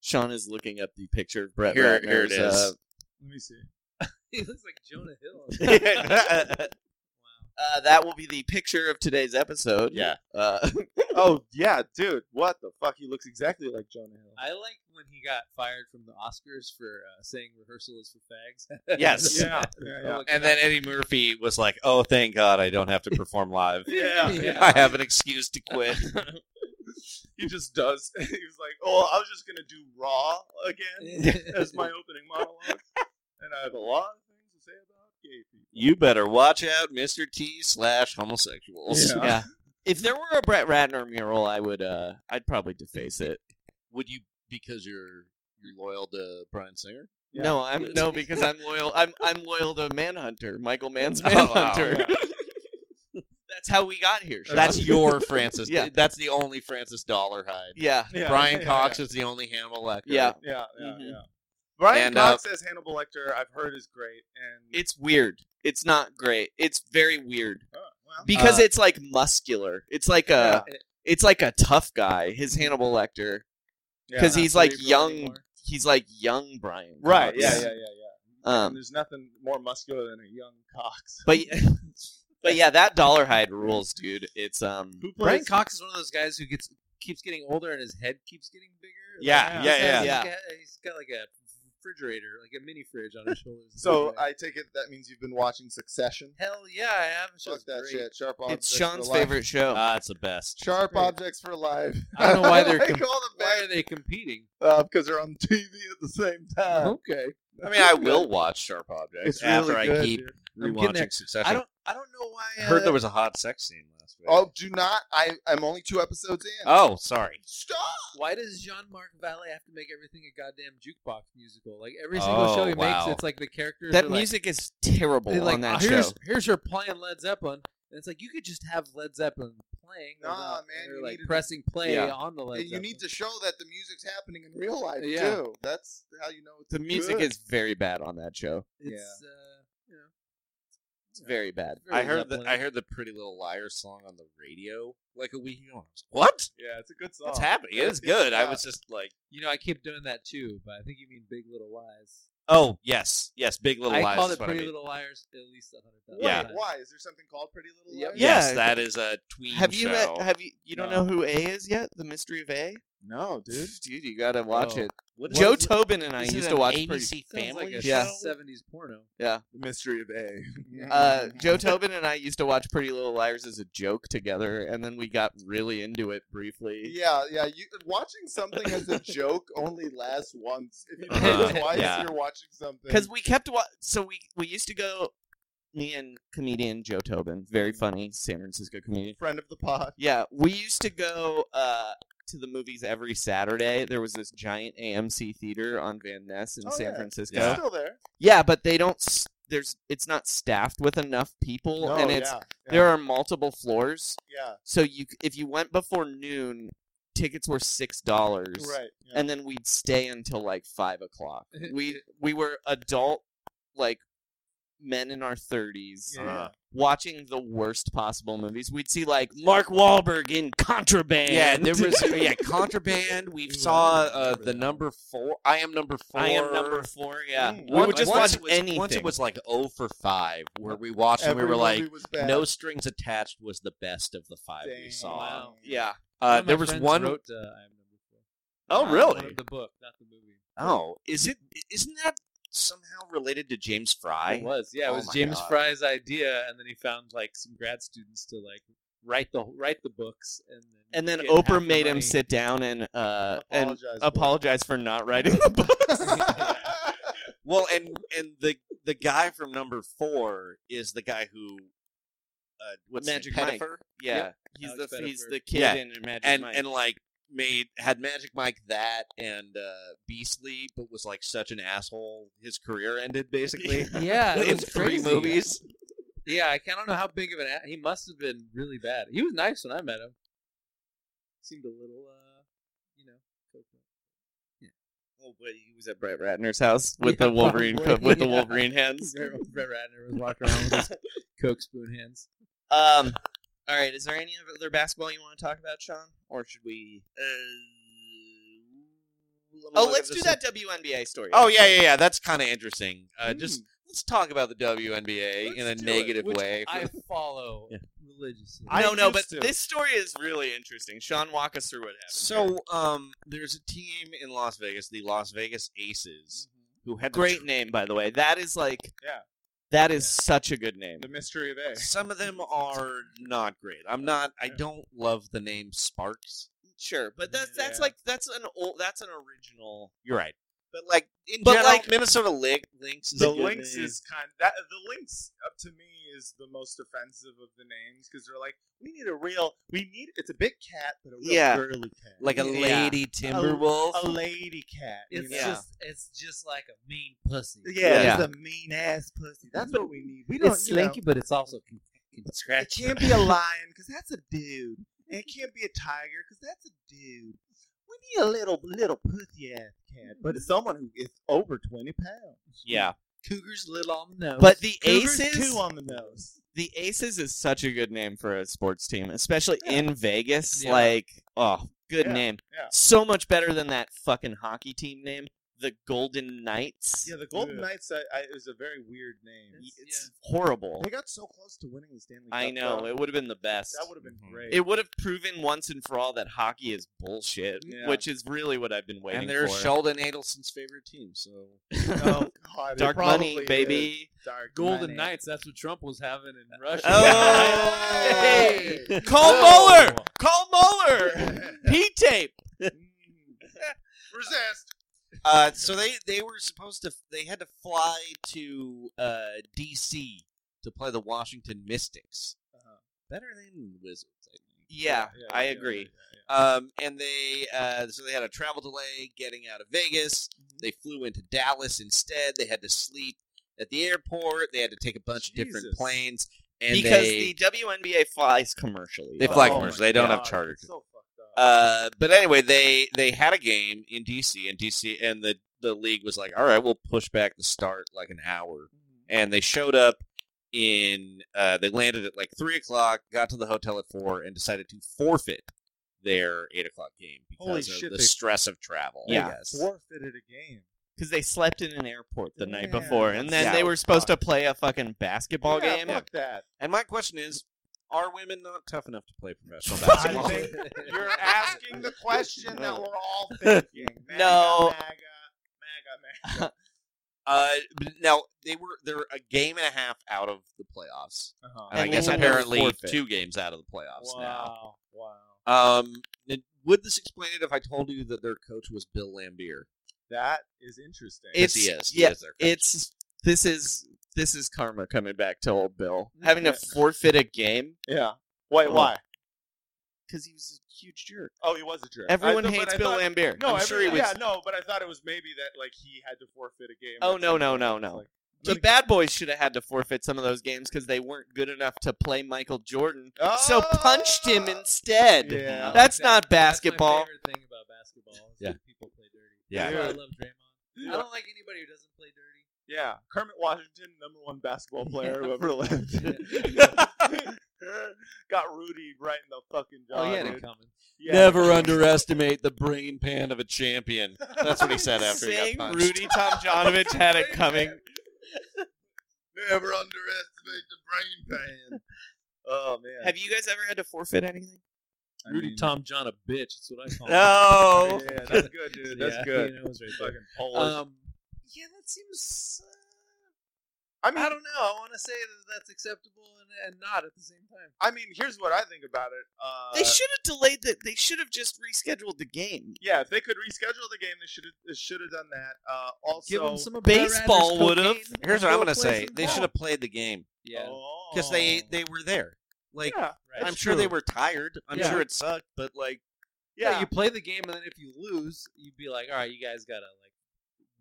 B: Sean is looking up the picture of Brett
G: Here-
B: Ratner's
G: here it is.
B: uh,
A: Let me see.
D: (laughs) He looks like Jonah
A: (laughs)
D: Hill.
G: (laughs)
B: uh, that will be the picture of today's episode.
G: Yeah.
B: Uh,
A: Oh yeah, dude. What the fuck? He looks exactly like Jonah Hill.
D: I like when he got fired from the Oscars for uh, saying rehearsal is for fags. (laughs) Oh,
G: Yes.
A: Yeah,
D: yeah.
G: And then Eddie Murphy was like, "Oh, thank God, I don't have to perform live.
A: yeah.
G: (laughs) I have an excuse to quit."
A: (laughs) He just does. he was like, "Oh, I was just gonna do Raw
G: (laughs)
A: again as my opening monologue, and I have a lot of things to say about gay people."
G: you better watch out, Mr. T slash homosexuals. (laughs)
A: Yeah.
B: yeah. If there were a Brett Ratner mural, I would. Uh, I'd probably deface it.
G: Would you because you're you're loyal to Brian Singer?
A: Yeah.
B: No, I'm no because I'm loyal. I'm I'm loyal to Manhunter, Michael
A: (laughs)
B: Mann's
G: Oh, wow.
B: Manhunter. (laughs) That's how we got here. Sean.
G: That's
A: (laughs)
G: your Francis.
B: Yeah.
G: That's the only Francis Dollarhide.
B: yeah.
A: Yeah,
G: Brian
A: yeah,
G: Cox is the only Hamill Lecter.
B: Yeah.
A: Yeah, yeah, yeah.
B: Mhm.
A: Brian
D: Mm-hmm.
G: And,
A: Cox
D: uh,
A: as Hannibal Lecter, I've heard is great, and
B: It's weird. It's not great. It's very weird
A: oh, well,
B: because
G: Uh,
B: it's like muscular. It's like
A: uh,
D: uh,
B: a. It's like a tough guy. His Hannibal Lecter.
A: yeah.
B: because he's like
D: cerebral
B: young.
D: anymore.
B: He's like young Brian.
A: right.
B: Cox.
A: Yeah, yeah, yeah, yeah.
B: Um,
A: And there's nothing more muscular than a young Cox.
G: (laughs)
B: But but yeah, that dollar hide rules, dude. It's um.
A: Who
D: Brian
A: plays-
D: Cox is one of those guys who gets keeps getting older and his head keeps getting bigger.
G: Yeah,
D: Like,
G: yeah,
D: he's
B: yeah.
D: got- he's got like a refrigerator, like a mini fridge
A: (laughs)
D: on his shoulders.
A: So I take it that means you've been watching Succession.
D: hell yeah, I have.
A: Fuck that shit. Sharp objects.
B: It's
A: for
B: Sean's
A: life. (laughs)
B: favorite show.
G: Ah, it's the best.
A: Sharp
D: Great.
A: objects for (laughs) life.
D: I don't know why
A: I (laughs)
D: they're
A: like uh,
D: com-
A: all the
D: Why
A: (laughs) bad
D: are they competing? Uh-huh.
A: because they're on TV at the same time.
D: okay.
A: (laughs)
B: I mean, I will watch Sharp Objects
D: It's really
B: after I
D: good,
B: keep
D: I'm getting
B: rewatching
D: there.
B: Succession.
D: I don't- uh,
A: I don't know why.
D: I heard there was a hot sex scene last week.
A: Oh, do not! I I'm only two episodes in.
D: Oh, sorry.
A: Stop!
G: Why does Jean-Marc Vallée have to make everything a goddamn jukebox musical? Like every single show
D: Oh,
G: he
D: wow.
G: makes, it's like the characters.
B: That
G: are like- (laughs)
B: music is terrible
G: they're like,
B: on that
G: "Oh, here's,
B: show.
G: Here's her playing Led Zeppelin, and it's like you could just have Led Zeppelin playing.
A: Nah,
G: without-
A: man,
G: they're,
A: you
G: like
A: need to-
G: pressing play
B: Yeah.
G: on the Led.
A: And you
G: Zeppelin.
A: need to show that the music's happening in real life
G: Yeah.
A: too. That's how you know it's
B: The music
A: good.
B: is very bad on that show.
G: It's, uh, you know,
B: It's very bad.
D: I heard the
G: Zeppelin.
D: I heard the Pretty Little Liar song on the radio like a week ago. I was like, what?
A: Yeah, it's a good song.
D: That's
G: (laughs)
D: happening. It is good. I was just like,
G: You know, I keep doing that too, but I think you mean Big Little Lies.
D: oh yes, yes, Big Little
G: I
D: Lies.
G: called
D: is
G: it
D: what I
G: Pretty
D: mean.
G: Little Liars at least a hundred
A: Wait,
G: times.
D: Yeah.
A: Why is there something called Pretty Little
G: Yep.
A: Liars?
D: Yes,
B: Yeah.
D: that is a tween
B: Have you
D: show.
B: met? Have you? You don't
G: No.
B: know who A is yet? The Mystery of A.
A: No, dude.
B: Dude, you gotta watch
G: Oh.
B: it.
D: What
B: Joe
D: is it?
B: Tobin and I
D: Is it
B: used
D: an
B: to watch
D: ABC
B: Pretty-
G: Sounds
D: family
G: like a
B: Yeah.
G: '70s porno. Mm-hmm.
B: Yeah.
A: The mystery of A.
B: Uh, Joe Tobin and I used to watch Pretty Little Liars as a joke together, and then we got really into it briefly.
A: Yeah, yeah. You watching something as a joke only lasts once. If you do
D: Uh-huh.
A: it twice,
D: Yeah.
A: you're watching something.
B: Because we kept wa- so we we used to go. Me and comedian Joe Tobin, very funny San Francisco comedian.
A: friend of the pod.
B: Yeah, we used to go uh, to the movies every Saturday. There was this giant AMC theater on Van Ness in
A: Oh,
B: San
A: yeah.
B: Francisco.
A: It's
D: Yeah.
A: still there.
B: Yeah, but they don't. s- There's it's not staffed with enough people,
A: No,
B: and it's
A: yeah, yeah,
B: there are multiple floors.
A: yeah.
B: So you c- if you went before noon, tickets were six dollars,
A: Right. yeah.
B: and then we'd stay until like five
D: (laughs)
B: o'clock. we we were adult like men in our thirties
A: Yeah,
D: Uh-huh.
A: yeah.
B: watching the worst possible movies. We'd see like Mark Wahlberg in Contraband.
D: Yeah, there
B: (laughs)
D: was yeah contraband.
A: (laughs)
D: We saw uh, the number four. I am number four.
B: I am number four. Yeah,
A: Mm,
D: We
A: Once-
D: would just
B: once
D: watch
B: it
D: it was,
B: anything.
D: Once it was like oh for five, where we watched
A: Every
D: and we were like,
A: movie was bad.
D: no strings attached was the best of the five we
A: Dang.
D: saw.
G: Wow.
B: yeah.
D: Uh,
G: of my
D: there was
G: friends
D: one (laughs) oh
G: Wrote, uh, I am number four.
D: Oh,
G: Uh,
D: really?
G: one of The book, not the movie.
B: Oh,
D: is it? Isn't that somehow related to James Fry?
G: It was yeah. It
D: Oh
G: was
D: my
G: James
D: God.
G: Fry's idea, and then he found like some grad students to like write the write the books, and then
B: And then
G: get half
B: Oprah
G: the
B: made him
G: money.
B: sit down and uh and
A: Apologize for it.
B: apologize for not writing
G: (laughs)
B: the books.
D: Well, and and the the guy from number four is the guy who, uh, what's his name,
B: Magic Mike.
D: Pettifer?
B: Yeah,
D: Yep.
B: he's
G: Alex
B: the he's
G: Pettifer.
B: the kid
D: Yeah.
B: in Magic
D: and
B: Mike.
D: and like made had Magic Mike that and uh, Beastly, but was like such an asshole. His
B: (laughs)
D: career ended basically
G: (laughs) Yeah, it
D: in
G: was
D: three
G: crazy.
D: movies.
G: Yeah, I, can- I don't know how big of an a- he must have been really bad. He was nice when I met him. Seemed a little, uh, you know, coconut.
B: oh, but he was at Brett Ratner's house with
G: Yeah,
B: the
G: (laughs)
B: Wolverine
G: probably,
B: co- with the
G: yeah.
B: Wolverine
D: (laughs)
B: hands.
G: Brett Brett Ratner was walking around with his coke spoon hands.
B: Um. All right. Is there any other basketball you want to talk about, Sean, or should we? Uh, oh, let's do that WNBA story.
D: Oh yeah, yeah, yeah. That's kind of interesting. Uh, Just let's talk about the WNBA in a
G: Let's do it,
D: negative
G: which
D: way. (laughs)
G: I follow religiously.
B: no, no, but
D: used to.
B: this story is really interesting. Sean, walk us through what happened.
D: So, um, there's a team in Las Vegas, the Las Vegas Aces, who had the
B: great name, by the way. That is like,
A: Yeah.
B: that is such a good name.
A: the mystery of
G: (laughs)
A: A.
D: Some of them are not great. I'm not. I don't love the name Sparks.
B: Sure, but that's that's
A: Yeah.
B: like that's an old that's an original.
D: You're right. But like, in
B: But,
D: general,
B: like-
D: Minnesota Lynx, Lynx is a
A: the
D: good
A: links
D: name.
A: is kind that the links up to me is the most offensive of the names because they're like we need a real we need it's a big cat but a real
B: Yeah.
A: girly cat
D: like a
B: Yeah.
D: lady Timberwolf.
A: a lady cat you
G: it's
A: know?
B: Yeah.
G: just it's just like a mean pussy.
A: yeah,
D: Yeah.
A: just a mean ass pussy that's what we need we don't
G: It's
A: you know,
G: slinky, but it's also can, can
A: it
G: scratch.
A: can't
G: (laughs)
A: be a lion because that's a dude and it can't be a tiger because that's a dude we need a little little pussy ass cat but it's someone who is over twenty pounds
D: yeah.
G: Cougars little on the nose.
B: But the
A: Cougars um,
B: Aces,
A: two on the nose
B: the Aces is such a good name for a sports team, especially in Vegas.
G: Yeah.
B: Like, oh, good
A: Yeah,
B: name.
A: yeah.
B: So much better than that fucking hockey team name, the Golden Knights.
A: yeah the Golden
D: Ugh.
A: Knights I, I, is a very weird name.
B: It's, horrible.
A: They got so close to winning the Stanley Cup.
B: I know
A: though.
B: it would have been the best.
A: that would have been
D: Mhm.
A: great.
B: it would have proven once and for all that hockey is bullshit,
A: Yeah.
B: which is really what I've been waiting
D: And they're
B: for.
D: Sheldon Adelson's favorite team.
B: (laughs)
D: So
A: oh, God, it
B: Dark money,
A: probably is.
B: baby.
A: Dark
G: Golden
A: money.
G: Knights. That's what Trump was having
B: (laughs)
G: in Russia.
D: (laughs)
B: Oh.
A: Hey!
B: (laughs) Call
G: Oh.
B: Mueller. (laughs) Call Mueller.
A: Mm.
B: P tape.
A: Resist.
B: Uh, so they they were supposed to they had to fly to uh, D.C. to play the Washington Mystics.
A: Better than the Wizards, I think.
B: Uh-huh. Yeah,
A: Yeah,
B: I
A: yeah,
B: agree. Um, and they uh, so they had a travel delay getting out of Vegas. They flew into Dallas instead. They had to sleep at the airport. They had to take a bunch of different
A: Jesus.
B: planes. And
A: Because
B: they,
A: the
B: WNBA flies commercially. Oh
G: They
A: Oh
G: fly commercials. They don't have charter.
B: Uh, but anyway, they they had a game in DC, and DC and the the league was like, "All right, we'll push back the start like an hour." And they showed up in uh, they landed at like three o'clock, got to the hotel at four, and decided to forfeit their eight o'clock game because
D: Holy
B: of
D: shit,
B: the
D: they-
B: stress of travel.
D: They
B: I guess.
D: forfeited a game.
B: Because they slept in an airport
D: the night Yeah.
B: before,
D: and
B: then they were supposed to play a fucking basketball
D: yeah, Fuck that.
B: And my question is, are women not tough enough to play professional basketball?
D: (laughs) I think you're asking the question that we're all thinking. MAGA,
B: No.
D: MAGA, MAGA, MAGA.
B: (laughs) Uh, but now they were they're a game and a half out of the playoffs,
D: Uh-huh.
B: and, I
G: And
B: guess
G: they had to
B: apparently
G: forfeit.
B: two games out of the playoffs
D: Wow. Wow.
B: now. Um, n- would this explain it if I told you that their coach was Bill Lambier?
D: That is interesting.
B: Yes, he is. He
D: yeah,
B: is their coach.
D: it's-
B: this is this is karma coming back to old Bill having to
D: Yeah.
B: forfeit a game
D: Yeah. Wait,
B: Oh.
D: why?
B: because he was a huge jerk.
D: Oh, he was a jerk.
B: Everyone
D: I thought-
B: hates
D: but I
B: Bill
D: thought-
B: Lambert.
D: No,
B: I'm sure he
D: everyone-
B: was-
D: Yeah, no, but I thought it was maybe that like he had to forfeit a game.
B: Oh
D: or
B: no no
D: something.
B: no
D: It's
B: no!
D: like-
B: The bad boys should have had to forfeit some of those games because they weren't good enough to play Michael Jordan, so punched him
A: Ah!
B: instead.
D: Yeah.
B: That's not
A: Oh!
B: basketball.
A: That's my favorite thing about basketball. Is
G: Yeah.
A: that people play dirty.
G: Yeah.
A: That's why I
D: Dude.
A: love Draymond. I don't like anybody who doesn't play dirty.
D: Yeah, Kermit Washington, number one
A: (laughs)
D: basketball player who ever lived. (laughs) Got Rudy right in the fucking jaw.
A: Oh, he had
D: dude.
A: it coming.
D: Yeah.
G: Never underestimate the brain pan of a champion. That's what he said after he
B: Saying
G: got punched.
B: Rudy Tomjanovich had it coming.
A: (laughs)
I: Never underestimate the brain pan.
D: Oh man.
B: Have you guys ever had to forfeit anything?
D: I
A: Rudy
D: mean-
A: Tom John a bitch. That's what I call him. (laughs)
B: No.
D: Yeah, that's good, dude. That's
A: Yeah,
D: good.
A: he knows right there.
D: fucking Polish.
A: Um, yeah, that seems. Uh,
D: I
A: I,
D: mean,
A: don't know. I want to say that that's acceptable and, and not at the same time.
D: I mean, here's what I think about it. Uh,
B: They should have delayed the. They should have just rescheduled the game.
D: yeah, if they could reschedule the game, they should have they should have done that. Uh, also,
A: Give him some of Brad
B: Baseball
A: Ratner's
B: would have.
A: cocaine
G: Here's what
A: and
G: I'm
A: go
G: gonna
A: play
G: say.
A: some
G: They
A: ball.
G: should have played the game
A: Yeah.
D: Oh.
G: because they they were there. Like
D: yeah,
G: I'm
A: That's
G: sure they
A: true.
G: were tired. I'm
A: Yeah.
G: sure it sucked, but like
A: Yeah.
D: yeah.
A: you play the game, and then if you lose, you'd be like, all right, you guys gotta like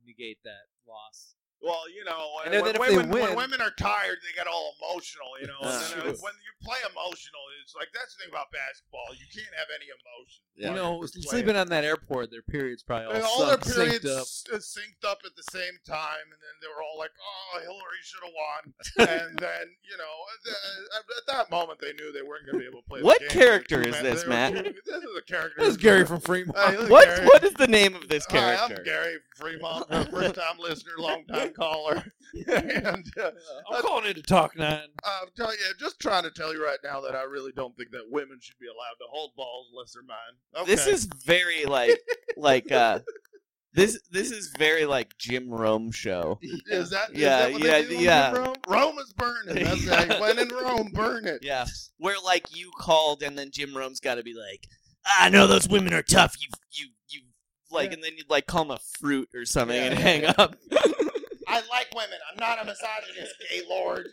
A: negate that loss.
D: well, you know,
A: And
D: when,
A: then if
D: when
A: they
D: women, when
A: win-
D: women are tired, they get all emotional. You know, and
G: That's
D: then, uh,
G: true.
D: when you play emotional, it's like that's the thing about basketball. You can't have any emotion.
G: Yeah.
A: You know,
D: Just play
A: sleeping on that airport, their periods probably all,
I: And all their
A: sucked, synced
I: periods
A: up.
I: s- uh, synced up at the same time, and then they were all like, "Oh, Hillary should have won." (laughs) and then you know, th- at that moment, they knew they weren't going to be able to play. the
B: What
I: game.
B: character
I: They were
B: is
I: too
B: this,
I: mad- they were
B: Matt?
I: too- (laughs) This is a character.
A: That's Gary from Fremont.
I: (laughs) Hey, this is
B: What?
I: Gary.
B: What is
G: (laughs)
B: the name of this
I: Hi, I'm
B: character?
I: Gary Fremont,
A: (laughs)
I: first time listener, long time caller. (laughs) and uh,
A: I'm calling into Talk Nine.
I: I'm telling you, just trying to tell you right now that I really don't think that women should be allowed to hold balls unless they're mine. Okay.
B: This is
G: (laughs)
B: very like like uh this this is very like Jim Rome show.
I: is that is
B: Yeah,
I: that what they
B: yeah,
I: do in
B: yeah.
I: Rome? Rome is burning. That's right. When in Rome, burn it.
B: Yeah. Where like you called and then Jim Rome's got to be like, "I know those women are tough. You you you like and then you'd like call him a fruit or something and hang up.
I: I like women. I'm not a misogynist, gay lord.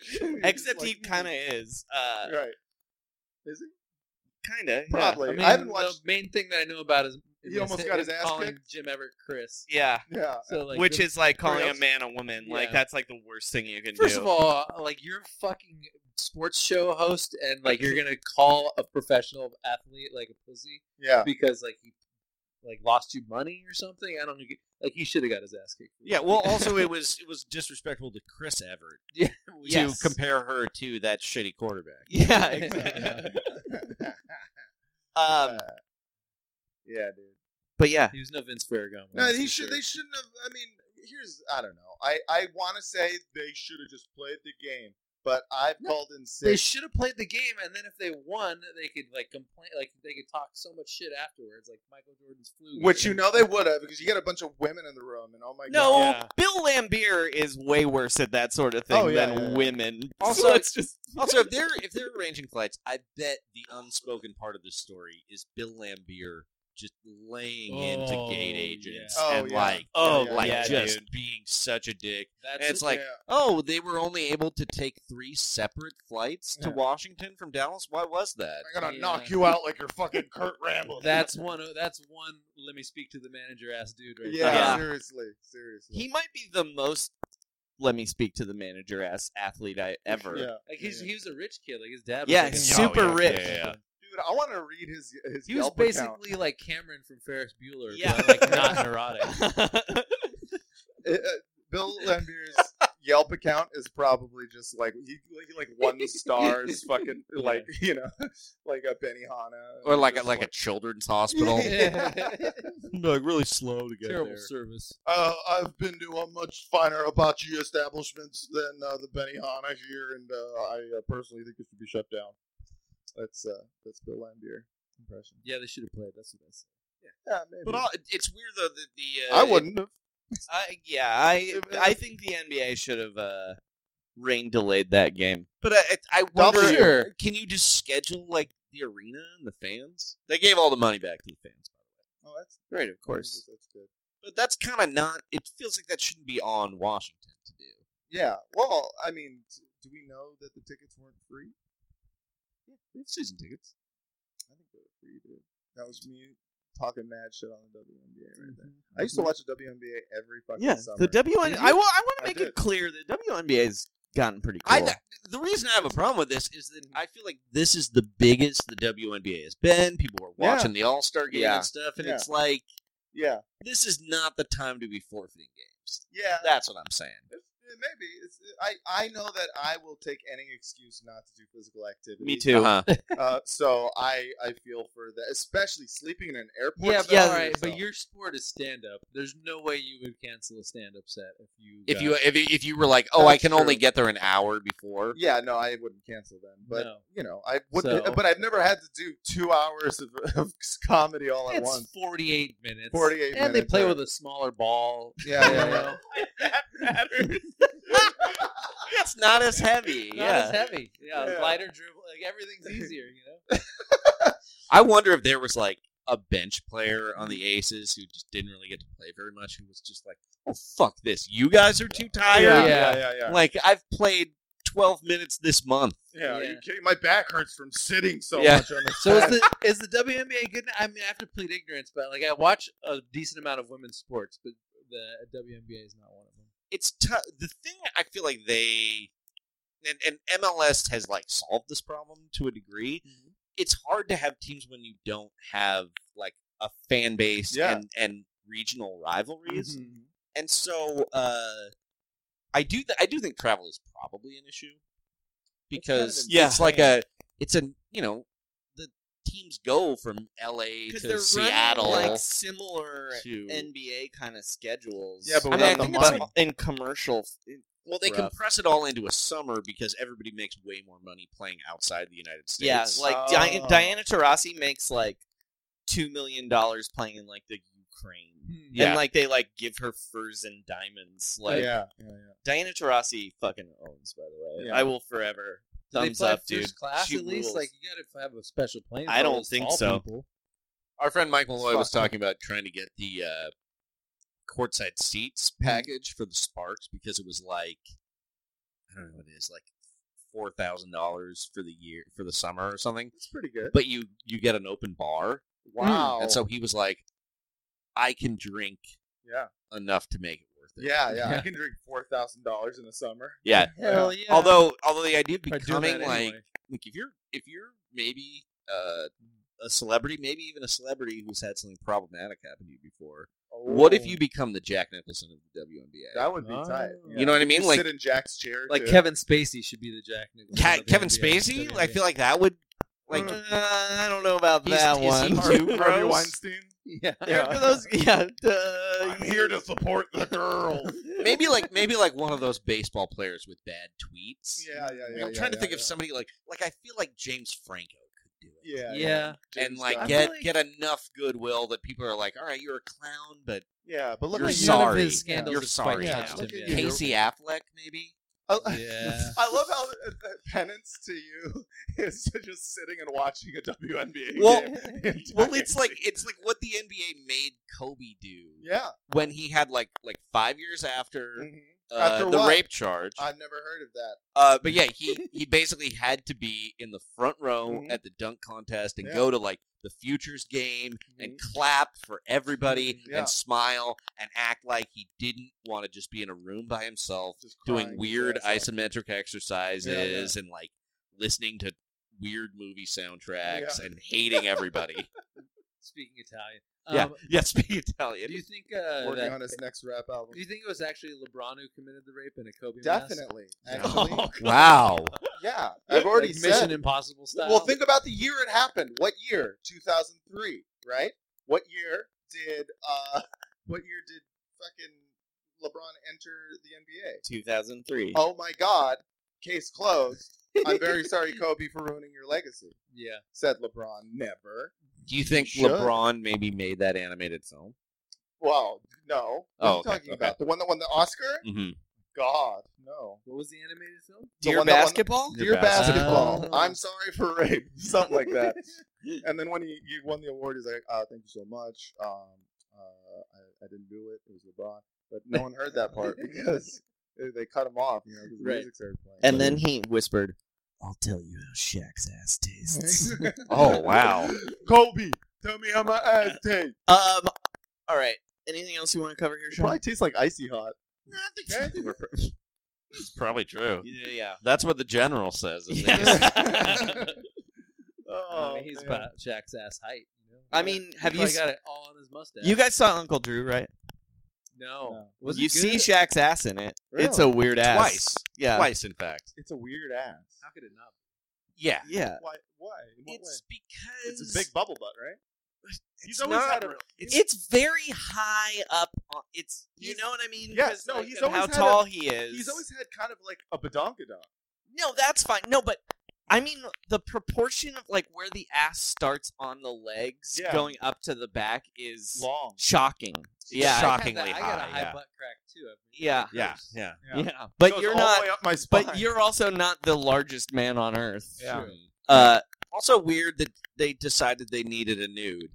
B: Except he kind of is. Uh
I: right.
B: kind of.
I: Probably.
A: I,
I: I
A: mean,
I: haven't watched-
A: the main thing that I know about is
I: He almost
A: (laughs)
I: got his ass
A: calling
I: kicked?
A: Jim Everett Chris.
B: Yeah.
I: Yeah.
A: So like,
B: Which
A: the-
B: is like calling a
A: else?
B: man a woman. Like
A: Yeah.
B: that's like the worst thing you
A: (laughs)
B: can
A: first
B: do.
A: of all, like you're a fucking sports show host, and like
B: (laughs)
A: you're gonna call a professional athlete like a pussy
I: Yeah.
A: because like he like lost you money or something. I don't know. Like he should have got his ass kicked.
G: yeah. Well, also
B: (laughs)
G: it was it was disrespectful to Chris Everett
B: Yes.
G: to compare her to that shitty quarterback.
B: Yeah, exactly. um,
D: yeah, dude.
B: but yeah,
A: he was no Vince Ferragamo.
D: No,
A: that's
D: he
A: for
D: should.
A: sure.
D: They shouldn't have. I mean, here's. I don't know. I I want to say they should have just played the game, but I've called in
A: They
D: sick.
A: should have played the game, and then if they won, they could like complain, like they could talk so much shit afterwards, like Michael Jordan's flu.
D: which you know they would have because you got a bunch of women in the room, and oh my
B: no,
D: god,
B: Bill Lambier is way worse at that sort of thing
D: Oh, yeah,
B: than
D: yeah,
B: (laughs)
D: yeah.
B: women.
G: Also,
B: So it's
A: (laughs)
B: just
G: Also, if they're if they're arranging flights, I bet the unspoken part of this story is Bill Lambier
B: just laying into gate
D: Oh,
B: agents
D: yeah.
B: and
D: Oh, yeah.
B: like,
D: Oh,
B: like
D: yeah,
B: just
D: dude.
B: being such a dick.
D: That's
B: and it's
D: it,
B: like,
D: yeah.
B: oh, they were only able to take three separate flights to Washington from Dallas. Why was that?
L: I'm gonna knock you out like you're fucking Kurt Rambo.
D: That's one. of- That's one. Let me speak to the manager ass dude right
A: Yeah,
G: Yeah.
A: seriously, seriously.
G: He might be the most. Let me speak to the manager ass athlete I ever.
A: Yeah.
D: Like he's he was a rich kid. Like his dad.
G: Yeah,
D: was like a-
G: super Oh, yeah, rich. yeah, yeah.
A: Dude, I want to read his his
D: He was
A: Yelp account.
D: basically like Cameron from Ferris Bueller.
G: Yeah.
D: but,
G: (laughs)
D: like not neurotic.
A: Uh, uh, (laughs) Bill Lambier's Yelp account is probably just like he, he like
D: (laughs)
A: one stars fucking like you know like a Benihana
B: Or like a, like a
A: (laughs)
B: children's hospital. (laughs) like really
G: (laughs)
B: slow to get
D: Terrible service.
L: Uh, I've been to a much finer hibachi establishments than uh, the Benihana here, and uh, I uh, personally think it should be shut down.
A: That's uh that's Bill Lambier impression.
D: Yeah, they should have played. That's what I said.
A: Yeah, maybe.
G: But all, Uh, it's weird though that the. Uh,
A: I wouldn't have.
G: I, yeah, I I think the NBA should have uh, rain delayed that game. But I I I
A: Double
G: wonder,
A: sure.
G: can you just schedule like the arena and the fans? They gave all the money back to the fans,
A: Oh, that's
G: by the way. Right, of course.
A: That's good.
G: But that's kind of not. It feels like that shouldn't be on Washington to do.
A: Yeah. Well, I mean, t- do we know that the tickets weren't free?
G: Yeah, we have season tickets.
A: I think they were free, dude. That was me talking mad shit on the WNBA right there.
G: Mm-hmm,
A: I used to watch the WNBA every fucking
G: Yeah,
A: summer.
G: the WN. I, wa- I want
A: I
G: to make
A: did.
G: it clear that WNBA's gotten pretty cool.
B: I th- the reason I have a problem with this is that I feel like this is the biggest the WNBA has been. People are
A: Yeah.
B: watching the All Star game
G: Yeah.
B: and stuff, and
A: Yeah.
B: it's like
A: yeah.
B: this is not the time to be forfeiting games.
A: Yeah.
B: That's what I'm saying.
A: It's- it may be. It's, I I know that I will take any excuse not to do physical activity.
G: Me too.
A: (laughs)
B: (laughs)
A: Uh, so I I feel for that, especially sleeping in an airport.
D: Yeah, but
G: Yeah.
D: all right.
A: So-
D: But your sport is stand up. There's no way you would cancel a stand up set if you.
B: If
D: got-
B: you if, if you were like, oh, I
A: That's
B: can only
A: true.
B: get there an hour before.
A: Yeah, no, I wouldn't cancel then. But
D: No.
A: you know, I wouldn't.
D: So-
A: uh, But I've never had to do two hours of, (laughs) of comedy all at
D: it's
A: once.
D: 48 minutes.
A: 48
D: And they
A: minutes,
D: play
A: right.
D: with a smaller ball.
A: Yeah,
D: you
A: yeah,
D: (laughs) know?
G: It's not as heavy.
D: Not
G: yeah.
D: as heavy. Yeah,
A: Yeah.
D: lighter dribble. Like everything's easier, you know?
B: I wonder if there was like a bench player on
A: Mm-hmm.
B: the Aces who just didn't really get to play very much, who was just like, oh fuck this, you guys are too tired.
A: yeah,
D: Yeah.
A: yeah, yeah, yeah.
B: Like I've played twelve minutes this month.
L: Yeah, are
D: Yeah.
L: you kidding? My back hurts from sitting so
B: Yeah.
L: much on the
D: So
B: (laughs)
D: is the is the WNBA good? I mean, I have to plead ignorance, but like I watch a decent amount of women's sports, but the WNBA is not one of them.
B: it's tough. The thing I feel like they and, and MLS has like solved this problem to a degree.
D: Mm-hmm.
B: It's hard to have teams when you don't have like a fan base
A: Yeah.
B: and and regional rivalries,
D: Mm-hmm,
B: and so uh, I do th- I do think travel is probably an issue
D: kind of
B: because it's,
D: insane.
B: like a it's a you know the teams go from L.A.
G: Because
B: to
G: they're
B: Seattle.
G: running like similar
B: to-
G: NBA kind of schedules.
A: Yeah, but
G: I mean,
A: without
G: I
A: the
G: think it's
A: money.
G: all in commercial.
B: Well, they
G: rough.
B: compress it all into a summer because everybody makes way more money playing outside the United States.
G: Yeah, like Di-
A: Oh.
G: Diana Taurasi makes like two million dollars playing in like the Ukraine,
B: Yeah.
G: and like they like give her furs and diamonds. Like
A: yeah, yeah, yeah.
G: Diana Taurasi fucking owns. By the way,
A: Yeah.
G: I will forever
D: Do
G: thumbs
D: they fly
G: up,
D: first
G: dude.
D: class
G: She
D: at least.
G: rules.
D: Like you gotta have a special plane.
G: I
D: for
G: don't
D: those
G: think
D: tall
G: so.
D: people.
B: Our friend Mike Malloy was
A: Fuck.
B: talking about trying to get the uh, courtside seats
A: Mm-hmm.
B: package for the Sparks because it was like I don't know what it is, like four thousand dollars for the year for the summer or something.
A: It's pretty good. Oh.
B: But you you get an open bar,
A: Wow.
B: and so he was like, I can drink
A: Yeah.
B: enough to make it worth it.
A: (laughs) yeah,
B: (laughs)
A: yeah, I
D: Yeah.
A: can drink four thousand dollars in the summer.
B: yeah.
G: Hell yeah.
B: Although although the idea of
D: Or doing
B: becoming
D: that
B: like
D: anyway.
B: like if you're if you're maybe uh, a celebrity, maybe even a celebrity who's had something problematic happen to you before, what
A: Oh.
B: if you become the Jack Nicholson of the WNBA?
A: That would be
D: Oh.
A: tight.
D: You
B: know what I mean?
A: Just
B: Like-
A: sit in Jack's
D: (laughs)
A: chair.
D: like
A: too.
D: Kevin Spacey should be the Jack. Nicholson
B: Ca-
D: of the
B: Kevin
D: NBA.
B: Spacey,
D: WNBA.
B: I feel like that would like
G: Uh,
A: Mm.
G: I don't know about
B: He's-
G: that
B: is he (laughs)
G: one.
B: Harvey-
G: Too
B: Harvey
G: gross.
B: Weinstein? (laughs)
D: yeah.
G: Yeah, those- yeah, duh,
L: I'm here to support the girl.
B: maybe like maybe like one of those baseball players with bad tweets.
A: Yeah, yeah,
B: Like,
A: yeah. yeah,
B: I'm trying to
A: yeah,
B: think of
A: yeah.
B: somebody like like I feel like James Franco could do it.
A: Yeah,
D: Yeah.
B: and
A: James
B: like
A: Gunn.
B: get get enough goodwill that people are like, all right, you're a clown, but
A: yeah, but look
B: you're
A: at you.
B: (laughs) sorry.
D: None of his scandals
B: You're
D: have
B: sorry.
D: quite touched
A: Look
D: him
A: at
D: yet.
A: you.
B: Casey Affleck maybe.
A: I, I-
D: (laughs)
G: Yeah.
A: (laughs) I love how uh, uh, penance to you (laughs) is to just sitting and watching a WNBA
B: Well-
A: game. (laughs) the entire
B: well, it's like
A: season.
B: it's like what the NBA made Kobe do
A: (laughs) yeah.
B: when he had like like five years after,
A: mhm.
B: uh,
A: After
B: the
A: what?
B: rape charge.
A: I've never heard of that.
B: Uh, but
A: (laughs)
B: yeah, he he basically had to be in the front row
A: Mhm.
B: at the dunk contest and
A: Yeah. Mm-hmm.
B: go to like the futures game and clap for everybody
A: Yeah.
B: and smile and act like he didn't want to just be in a room by himself
A: Just
B: doing
A: crying
B: weird
A: his ass off.
B: isometric exercises and like listening to weird movie
A: (laughs)
B: soundtracks and hating everybody.
G: Speaking Italian.
B: yeah, (laughs)
G: Um,
B: yeah, speaking
G: Do
B: Italian.
G: you think uh,
A: Working
G: that,
A: on his next rap album.
G: do you think it was actually LeBron who committed the rape and a Kobe? mask? (laughs)
A: Definitely. Actually.
D: Wow.
A: Yeah. I've already
G: Oh, like
A: said.
G: Mission Impossible style.
A: Well, think about the year it happened. What year? 2003, right? What year did uh (laughs) what year did fucking LeBron enter the NBA?
B: 2003.
A: Oh my god. Case closed. I'm
G: (laughs)
A: very sorry Kobe for ruining your legacy,
G: yeah.
A: said LeBron. Never.
B: Do you think
A: Should.
B: LeBron maybe made that animated film?
A: Well, no. What are
B: Oh,
A: you
B: okay,
A: talking
B: okay.
A: about? The one that won the Oscar?
B: Mm-hmm.
A: God, no.
G: What was the animated film?
A: The one that won- Dear basketball,
B: (laughs)
G: Oh.
A: I'm sorry for (laughs) rape, something like
G: (laughs)
A: that. and then when he, he won the award, he's like, uh, "Thank you so much. Um, uh, I, I didn't do it. It was LeBron." But no one heard that part
G: (laughs)
A: because they they cut him off. You know, because the
G: Right.
A: music started playing.
B: And then he whispered, I'll tell you how Shaq's ass
A: (laughs)
B: tastes.
A: then, (laughs)
D: Oh, wow.
A: Kobe, tell me how my ass tastes.
B: um, all right. Anything else you want to cover here,
A: It
B: Sean?
A: probably tastes like icy hot.
D: It's probably true.
B: Yeah, yeah.
D: That's what the general says. isn't it?
G: (laughs)
A: oh,
G: I mean, he's
A: man.
G: about Jack's ass height. You know?
B: I mean, have
G: He probably
B: you s-
G: got it all on his mustache?
B: You guys saw Uncle Drew, right?
G: no.
A: No.
G: Was
B: you
G: it good?
B: see Shaq's ass in it. It's a
A: Really?
B: weird ass.
D: Twice.
B: Yeah.
D: Twice, in fact.
A: It's a weird ass.
G: How could it not?
D: Yeah.
B: Yeah.
A: Why? Why? In what way?
B: because
A: It's a big bubble butt, right?
D: He's
A: always had a-
B: It's, very high up. On, it's you
A: He's-
B: know what I mean?
A: Yeah,
B: 'Cause,
A: no,
B: like,
A: he's
B: of how
A: always had
B: tall
A: a-
B: he is.
A: He's always had kind of like a badonkadonk.
B: No, that's fine. No, but I mean the proportion of like where the ass starts on the legs
A: Yeah.
B: going up to the back is
A: Long.
B: shocking. Yeah,
G: I got that-
D: Shockingly
G: I got a
D: high,
G: high
D: yeah.
G: butt crack too. I've-
B: Yeah.
D: Yeah. Yeah.
B: yeah. But
A: Goes
B: you're
A: all
B: not
A: the way up my spine.
B: but you're also not the largest man on earth.
A: Yeah.
B: Uh also weird that they decided they needed a nude.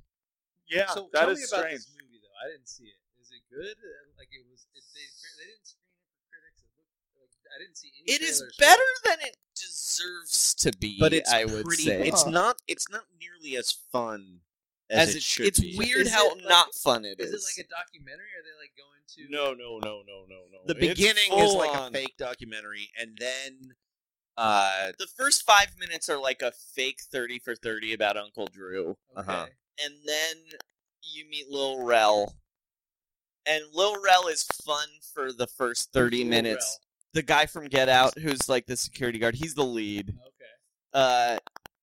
A: yeah,
G: so
A: that
G: tell
A: is
G: me about
A: strange.
G: this movie though. I didn't see it. Is it good? Uh, Like it was? It, they, they didn't screen it for critics. It looked like I didn't see any.
B: It is
G: trailers for
B: better than it deserves to be,
D: But it's
B: I would
D: pretty-
B: say.
D: it's
B: not it's not nearly as fun
D: as it should
B: It's
D: be.
B: weird
G: Is
B: how
G: it like-
B: not fun it
G: Is
B: is.
G: it like a documentary? Are they like going to?
D: No, no, no, no, no, no.
B: The
D: It's
B: beginning is
D: full
B: like a
D: on.
B: fake documentary, and then uh, the first five minutes are like a fake thirty for thirty about Uncle Drew,
G: Okay.
D: Uh-huh.
B: and then you meet Lil Rel, and Lil Rel is fun for the first thirty
G: Lil
B: minutes. The guy from Get Out, who's like the security guard, he's the lead.
G: Okay.
B: Uh,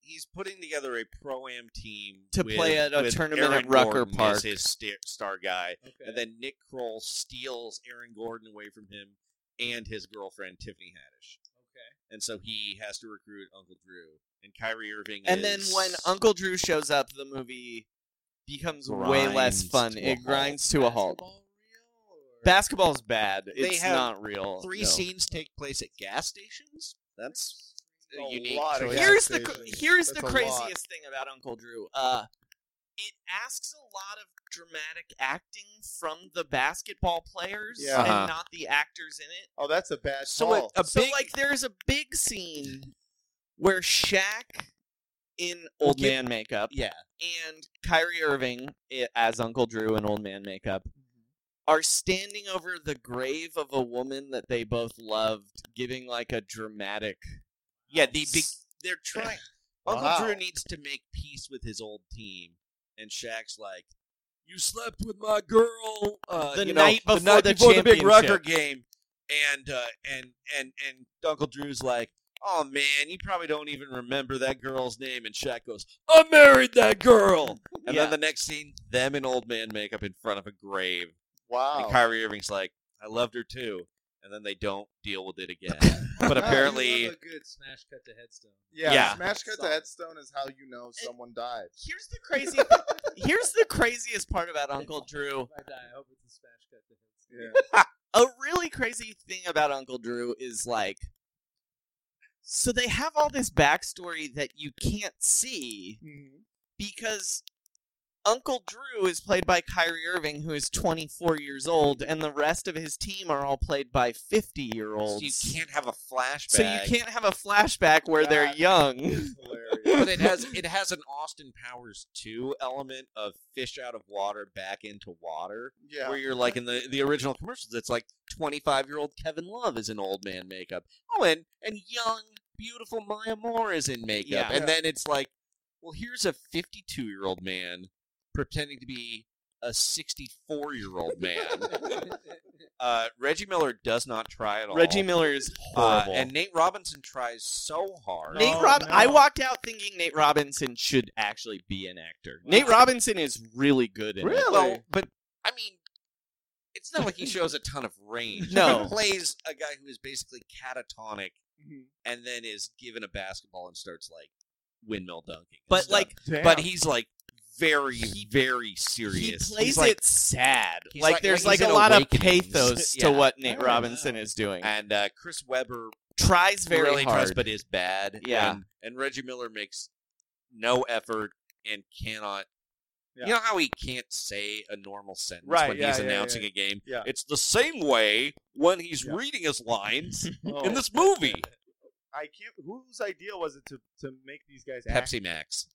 D: He's putting together a pro am team
B: To
D: with-
B: play at a
D: with
B: tournament at
D: Aaron
B: Rucker
D: Gordon
B: Park.
D: As his sta- star guy,
G: Okay.
D: and then Nick Kroll steals Aaron Gordon away from him and his girlfriend Tiffany Haddish,
G: okay.
D: and so he has to recruit Uncle Drew and Kyrie Irving.
B: and then
D: is-
B: when Uncle Drew shows up, the movie becomes way less
D: Grinds
B: fun.
D: to a
B: It
D: halt.
B: grinds to a halt.
G: Basketball real or-
B: Basketball's bad.
D: They
B: it's
D: have
B: not real.
D: three
B: no.
D: scenes take place at gas stations, that's a,
A: A
D: unique
A: lot of
D: choice.
A: gas
B: Here's the cr-
A: stations.
B: here's the
A: That's a lot.
B: craziest thing about Uncle Drew. Uh, it asks a lot of dramatic acting from the basketball players
A: Yeah.
D: Uh-huh.
B: and not the actors in it.
A: Oh, that's a bad
D: So
A: call.
D: it- A
B: so
D: big-
B: like there's a big scene where Shaq in old
D: Yeah.
B: man makeup
D: Yeah.
B: and Kyrie Irving i- as Uncle Drew in old man makeup are standing over the grave of a woman that they both loved, giving like a dramatic
D: Yeah, the big
B: S-
D: they're
B: (laughs)
D: trying. Uncle
A: Wow.
D: Drew needs to make peace with his old team, and Shaq's like, "You slept with my girl uh,
B: The
D: you
B: night
D: know,
B: before
D: the, night
B: the
D: before the big
B: championship."
D: Rucker game," and uh, and and and Uncle Drew's like. Oh man, you probably don't even remember that girl's name. And Shaq goes, "I married
B: (laughs)
D: that girl." And
B: Yeah.
D: then the next scene, them in old man makeup in front of a grave.
A: wow.
D: And Kyrie Irving's like, "I loved her too." And then they don't deal with it again. but
G: You
D: apparently,
G: love a good smash cut to headstone.
A: yeah,
D: yeah.
A: smash cut to headstone is how you know someone died.
B: Here's the crazy Here's the craziest part about Uncle Drew.
G: If I die, I hope it's a smash cut to headstone.
A: Yeah.
B: A really crazy thing about Uncle Drew is like, so they have all this backstory that you can't see
D: Mm-hmm.
B: because Uncle Drew is played by Kyrie Irving, who is 24 years old, and the rest of his team are all played by 50 year olds.
D: So you can't have a flashback.
B: So you can't
D: (laughs)
B: have a flashback where they're young. (laughs)
D: but it has it has an Austin Powers two element of fish out of water back into water.
A: Yeah.
D: Where you're like in the, the original commercials, it's like twenty five year old Kevin Love is in old man makeup. Oh, and and young beautiful Maya Moore is in makeup,
B: Yeah.
D: and
B: Yeah.
D: then it's like, well, here's a fifty two year old man pretending to be a sixty four year old (laughs) man. uh, Reggie Miller does not try at all.
B: Reggie Miller is
D: Uh,
B: horrible.
D: and Nate Oh, Robinson tries so hard.
B: Nate Rob, I walked out thinking Nate Robinson should actually be an actor. Nate Robinson is really good in it.
D: Well, but I mean, it's not like he shows a ton of range.
B: No.
D: he plays a guy who is basically catatonic,
B: Mm-hmm.
D: and then is given a basketball and starts like windmill dunking. and
B: But,
D: stuff.
B: like-
D: but
B: Damn.
D: he's like very, very serious.
B: He plays
D: He's, like,
B: it sad.
D: he's
B: Like,
D: like-
B: there's like
D: like he's
B: a
D: in
B: lot of
D: Awakenings. (laughs)
B: pathos
D: Yeah.
B: to what Nate
D: Oh,
B: Robinson is doing.
D: and uh, Chris Webber
B: Tries very
D: really
B: hard.
D: tries, but is bad.
B: Yeah.
D: and, and Reggie Miller makes no effort and cannot.
A: Yeah.
D: You know how he can't say a normal sentence
A: Right,
D: when
A: yeah,
D: he's
A: yeah,
D: announcing
A: yeah.
D: a game.
A: Yeah.
D: It's the same way when he's reading his
A: (laughs)
D: lines in
A: Oh.
D: this movie.
A: I can't. Whose idea was it to, to make these guys act?
D: Pepsi Max.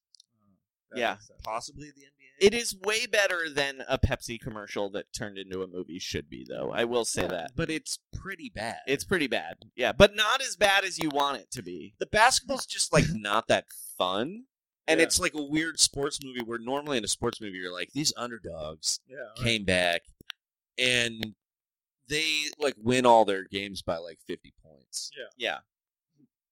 A: That
B: Yeah.
A: makes sense.
D: Possibly the NBA.
B: It is way better than a Pepsi commercial that turned into a movie should be, though. I will say that.
D: But it's pretty bad.
B: It's pretty bad. Yeah, but not as bad as you want it to be.
D: the basketball's just like not that fun. And
A: Yeah.
D: it's like a weird sports movie where normally in a sports movie you're like, these underdogs
A: Yeah. right.
D: came back and they like win all their games by like 50 points.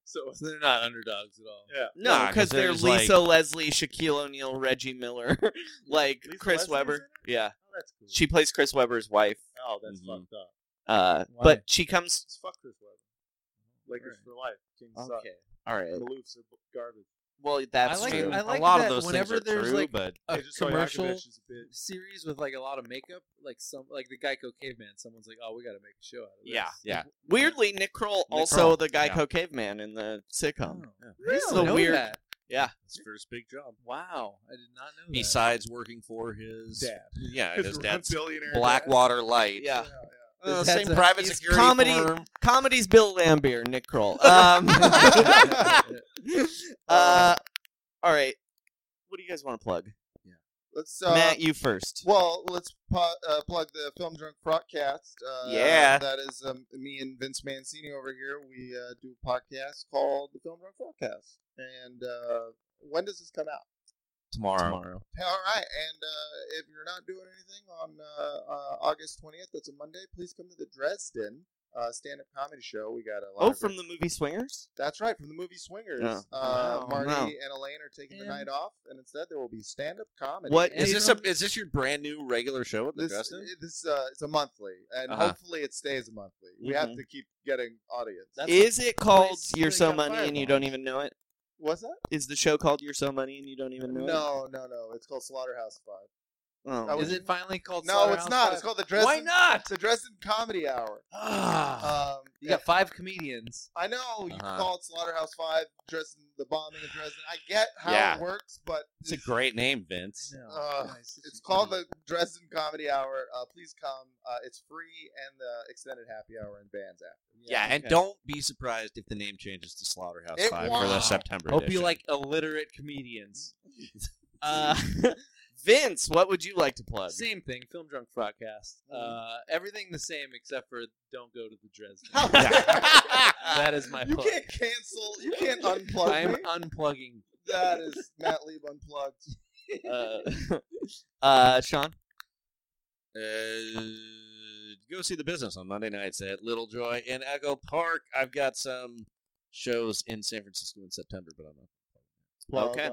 A: So
G: So they're not underdogs at all.
A: yeah.
B: No,
D: Nah, 'cause
B: because they're
D: there's, like-
B: Lisa Leslie, Shaquille O'Neal, Reggie Miller, (laughs) like
A: Lisa
B: Chris
A: Leslie's in
B: Webber.
A: it?
B: Yeah,
A: Oh, that's cool.
B: she plays Chris Webber's wife.
A: oh, that's
D: Mhm.
A: fucked up.
B: Uh,
G: Why?
B: but she comes.
A: It's fuck Chris Webber.
G: Mm-hmm.
A: Lakers for life. Kings suck.
B: Okay, all right.
A: Maloofs are b- garbage.
B: Well, that's
G: I like-
B: true.
G: I like
D: a lot
G: that
D: of those
G: whenever
D: things are
G: there's,
D: true,
G: like,
D: but
G: A
A: Hey, just so
G: commercial
A: Yakovitch is a bitch.
G: series with like a lot of makeup, like some like the Geico caveman. Someone's like, "Oh, we got to make a show out of this."
B: Yeah.
D: Yeah.
B: Weirdly, Nick Kroll also the Geico caveman in the
A: Oh,
B: sitcom. This is
G: Really?
B: a
G: Know
B: weird-
G: that.
B: Yeah,
D: his first big job.
G: Wow, I did not know that.
D: Besides working for his
A: Dad.
D: yeah,
A: His
D: his,
A: run
D: dad's
A: billionaire
D: Blackwater Light.
B: yeah.
D: Uh,
G: His dad's
D: same
G: a-
D: private
B: He's
D: security
B: comedy-
D: firm.
B: Comedy's Bill Lambier, Nick
D: (laughs)
B: Kroll. (laughs)
A: (laughs)
B: Um, uh, all right. What do you guys want to plug?
A: Let's uh,
B: Matt, you first.
A: Well, let's pu- uh, plug the Film Drunk Broadcast. Uh,
B: Yeah.
A: That is um, me and Vince Mancini over here. We uh, do a podcast called the Film Drunk Broadcast. And uh, when does this come out?
D: Tomorrow.
A: All right. And uh, if you're not doing anything on uh, uh, August 20th, that's a Monday, please come to the Dresden uh, stand up comedy show. We got a lot
B: Oh,
A: of
B: from the movie Swingers?
A: That's right, from the movie Swingers.
B: Yeah.
A: Uh,
B: Wow.
A: Marty
B: Wow.
A: and Elaine are taking the
G: And-
A: night off, and instead there will be stand up comedy.
B: What
G: And
D: Is
G: you
D: this a
G: don't-
D: is this your brand new regular show at the
A: this
D: Dresden?
A: this uh, it's a monthly, and
D: Uh-huh.
A: hopefully it stays a monthly. We have to keep getting audience.
B: Is it called
A: place
B: You're
A: that
B: So
A: got
B: Money and You
A: Fireball.
B: Don't Even Know It?
A: What's that?
B: Is the show called You're So Money and You Don't Even Know
A: No, no, no. It's called Slaughterhouse Five.
B: It?
D: Oh.
B: No.
A: I was-
G: is it finally called?
A: No, it's
G: Slaughterhouse
A: not.
G: Five?
A: It's called the Dresden.
G: Why not?
A: (sighs) The Dresden Comedy Hour.
G: Ah,
A: Um,
G: you got five comedians.
A: I know you
D: Uh-huh.
A: call it Slaughterhouse Five, Dresden, the bombing of Dresden. I get how
D: Yeah.
A: it works, but
D: It's a great name, Vince.
A: Uh,
G: Guys, this
A: it's
G: is
A: called
G: weird.
A: the Dresden Comedy Hour. Uh, please come. Uh, it's free, and the extended happy hour and bands after.
D: Yeah, and
G: okay.
D: don't be surprised if the name changes to Slaughterhouse
A: It
D: Five for the
A: won't.
D: September.
G: Hope you
D: edition.
G: like illiterate
D: (laughs)
G: comedians.
A: (laughs)
B: Uh, Vince, what would you like to plug?
G: Same thing, film drunk broadcast. Uh, everything the same except for don't go to the
A: (laughs)
G: Dresden. that is my
A: you
G: plug.
A: can't cancel. You can't unplug.
G: I'm
A: me.
G: unplugging.
A: That is Matt Lieb
G: (laughs)
A: unplugged.
B: Uh, uh, Sean?
D: Uh, go see the business on Monday nights at Little Joy in Echo Park. I've got some shows in San Francisco in September, but I'm not.
B: okay.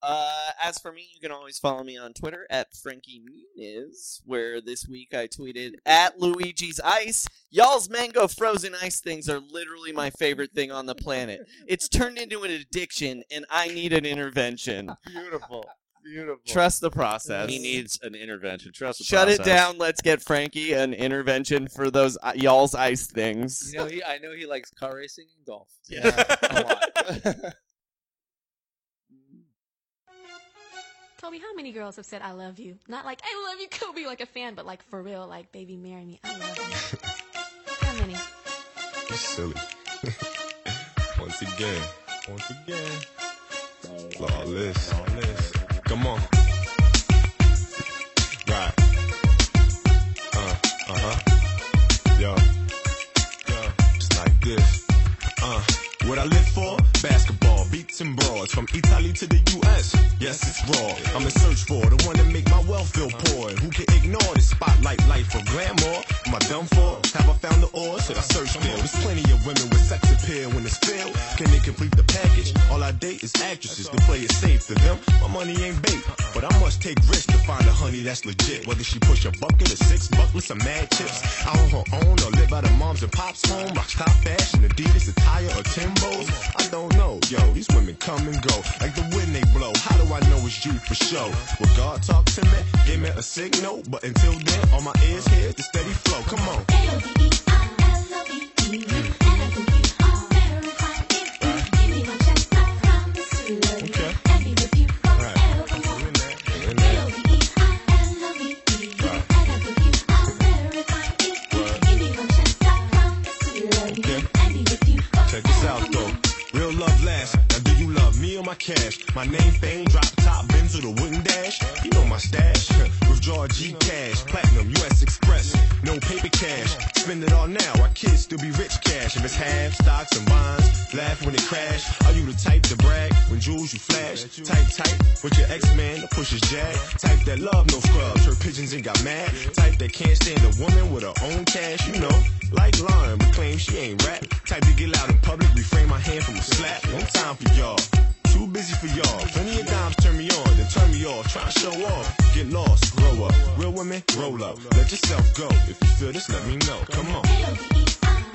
B: Uh, as for me, you can always follow me on Twitter at Frankie Muniz, where this week I tweeted at Luigi's Ice. Y'all's mango frozen ice things are literally my favorite thing on the planet. It's turned into an addiction, and I need an intervention.
A: Beautiful.
M: Beautiful.
B: Trust the process.
N: Ah, He needs an intervention. Trust the
B: Shut it
N: process.
B: down. Let's get Frankie an intervention for those uh, y'all's ice things.
O: You know, he, I know he likes car racing and golf.
P: Toby, how many girls have said "I love you"? Not like "I love you, Kobe," like a fan, but like for real, like "Baby, marry me, I love you." how many?
D: Silly. Once again. Once again. Flawless. Flawless. Come on. Right. Uh, uh-huh. Yo. Yo. Just like this. Uh, what I live for? Basketball, beats and broads from Italy to the US. Yes, it's raw. I'm in search for the one to make my wealth feel poor. Who can ignore the spotlight life of glamour? Am I done for? Have I found the ore? Should I search still? There's plenty of women with sex appeal when it's filled. Can they complete the package? All I date is actresses. The play is safe to them. My money ain't bait, but I must take risks to find a honey that's legit. Whether she push a bucket or six buckets of mad chips, out on her own or live by the moms and pops home. Rocks top fashion, Adidas attire or Timbo's. I don't know, yo. These women come and go like the wind they blow. How do I know it's you for sure? Will God talk to me? Give me a signal, but until then, all my ears hear the steady flow. Come on. Check this out though. Real love lasts. Now do you love me or my cash? My name fame, drop top, Benz or the wooden dash. You know my stash. (laughs) Withdraw G cash, platinum, US Express. No paper cash. Spend it all now. Our kids still be rich cash. If it's half, stocks and bonds, laugh when it crash. Are you the type to brag when jewels you flash? Type type with your ex man that pushes jag. Type that love no scrubs, her pigeons ain't got mad. Type that can't stand a woman with her own cash. You know, like Lauren, but claim she ain't rap. Type to get loud in public, refrain my hand from a slap. No time for y'all. Too busy for y'all. Plenty of dimes turn me on, then turn me off. Try to show off. Get lost, grow up. Real women, roll up. Let yourself go. If you feel this, let me know. Come on.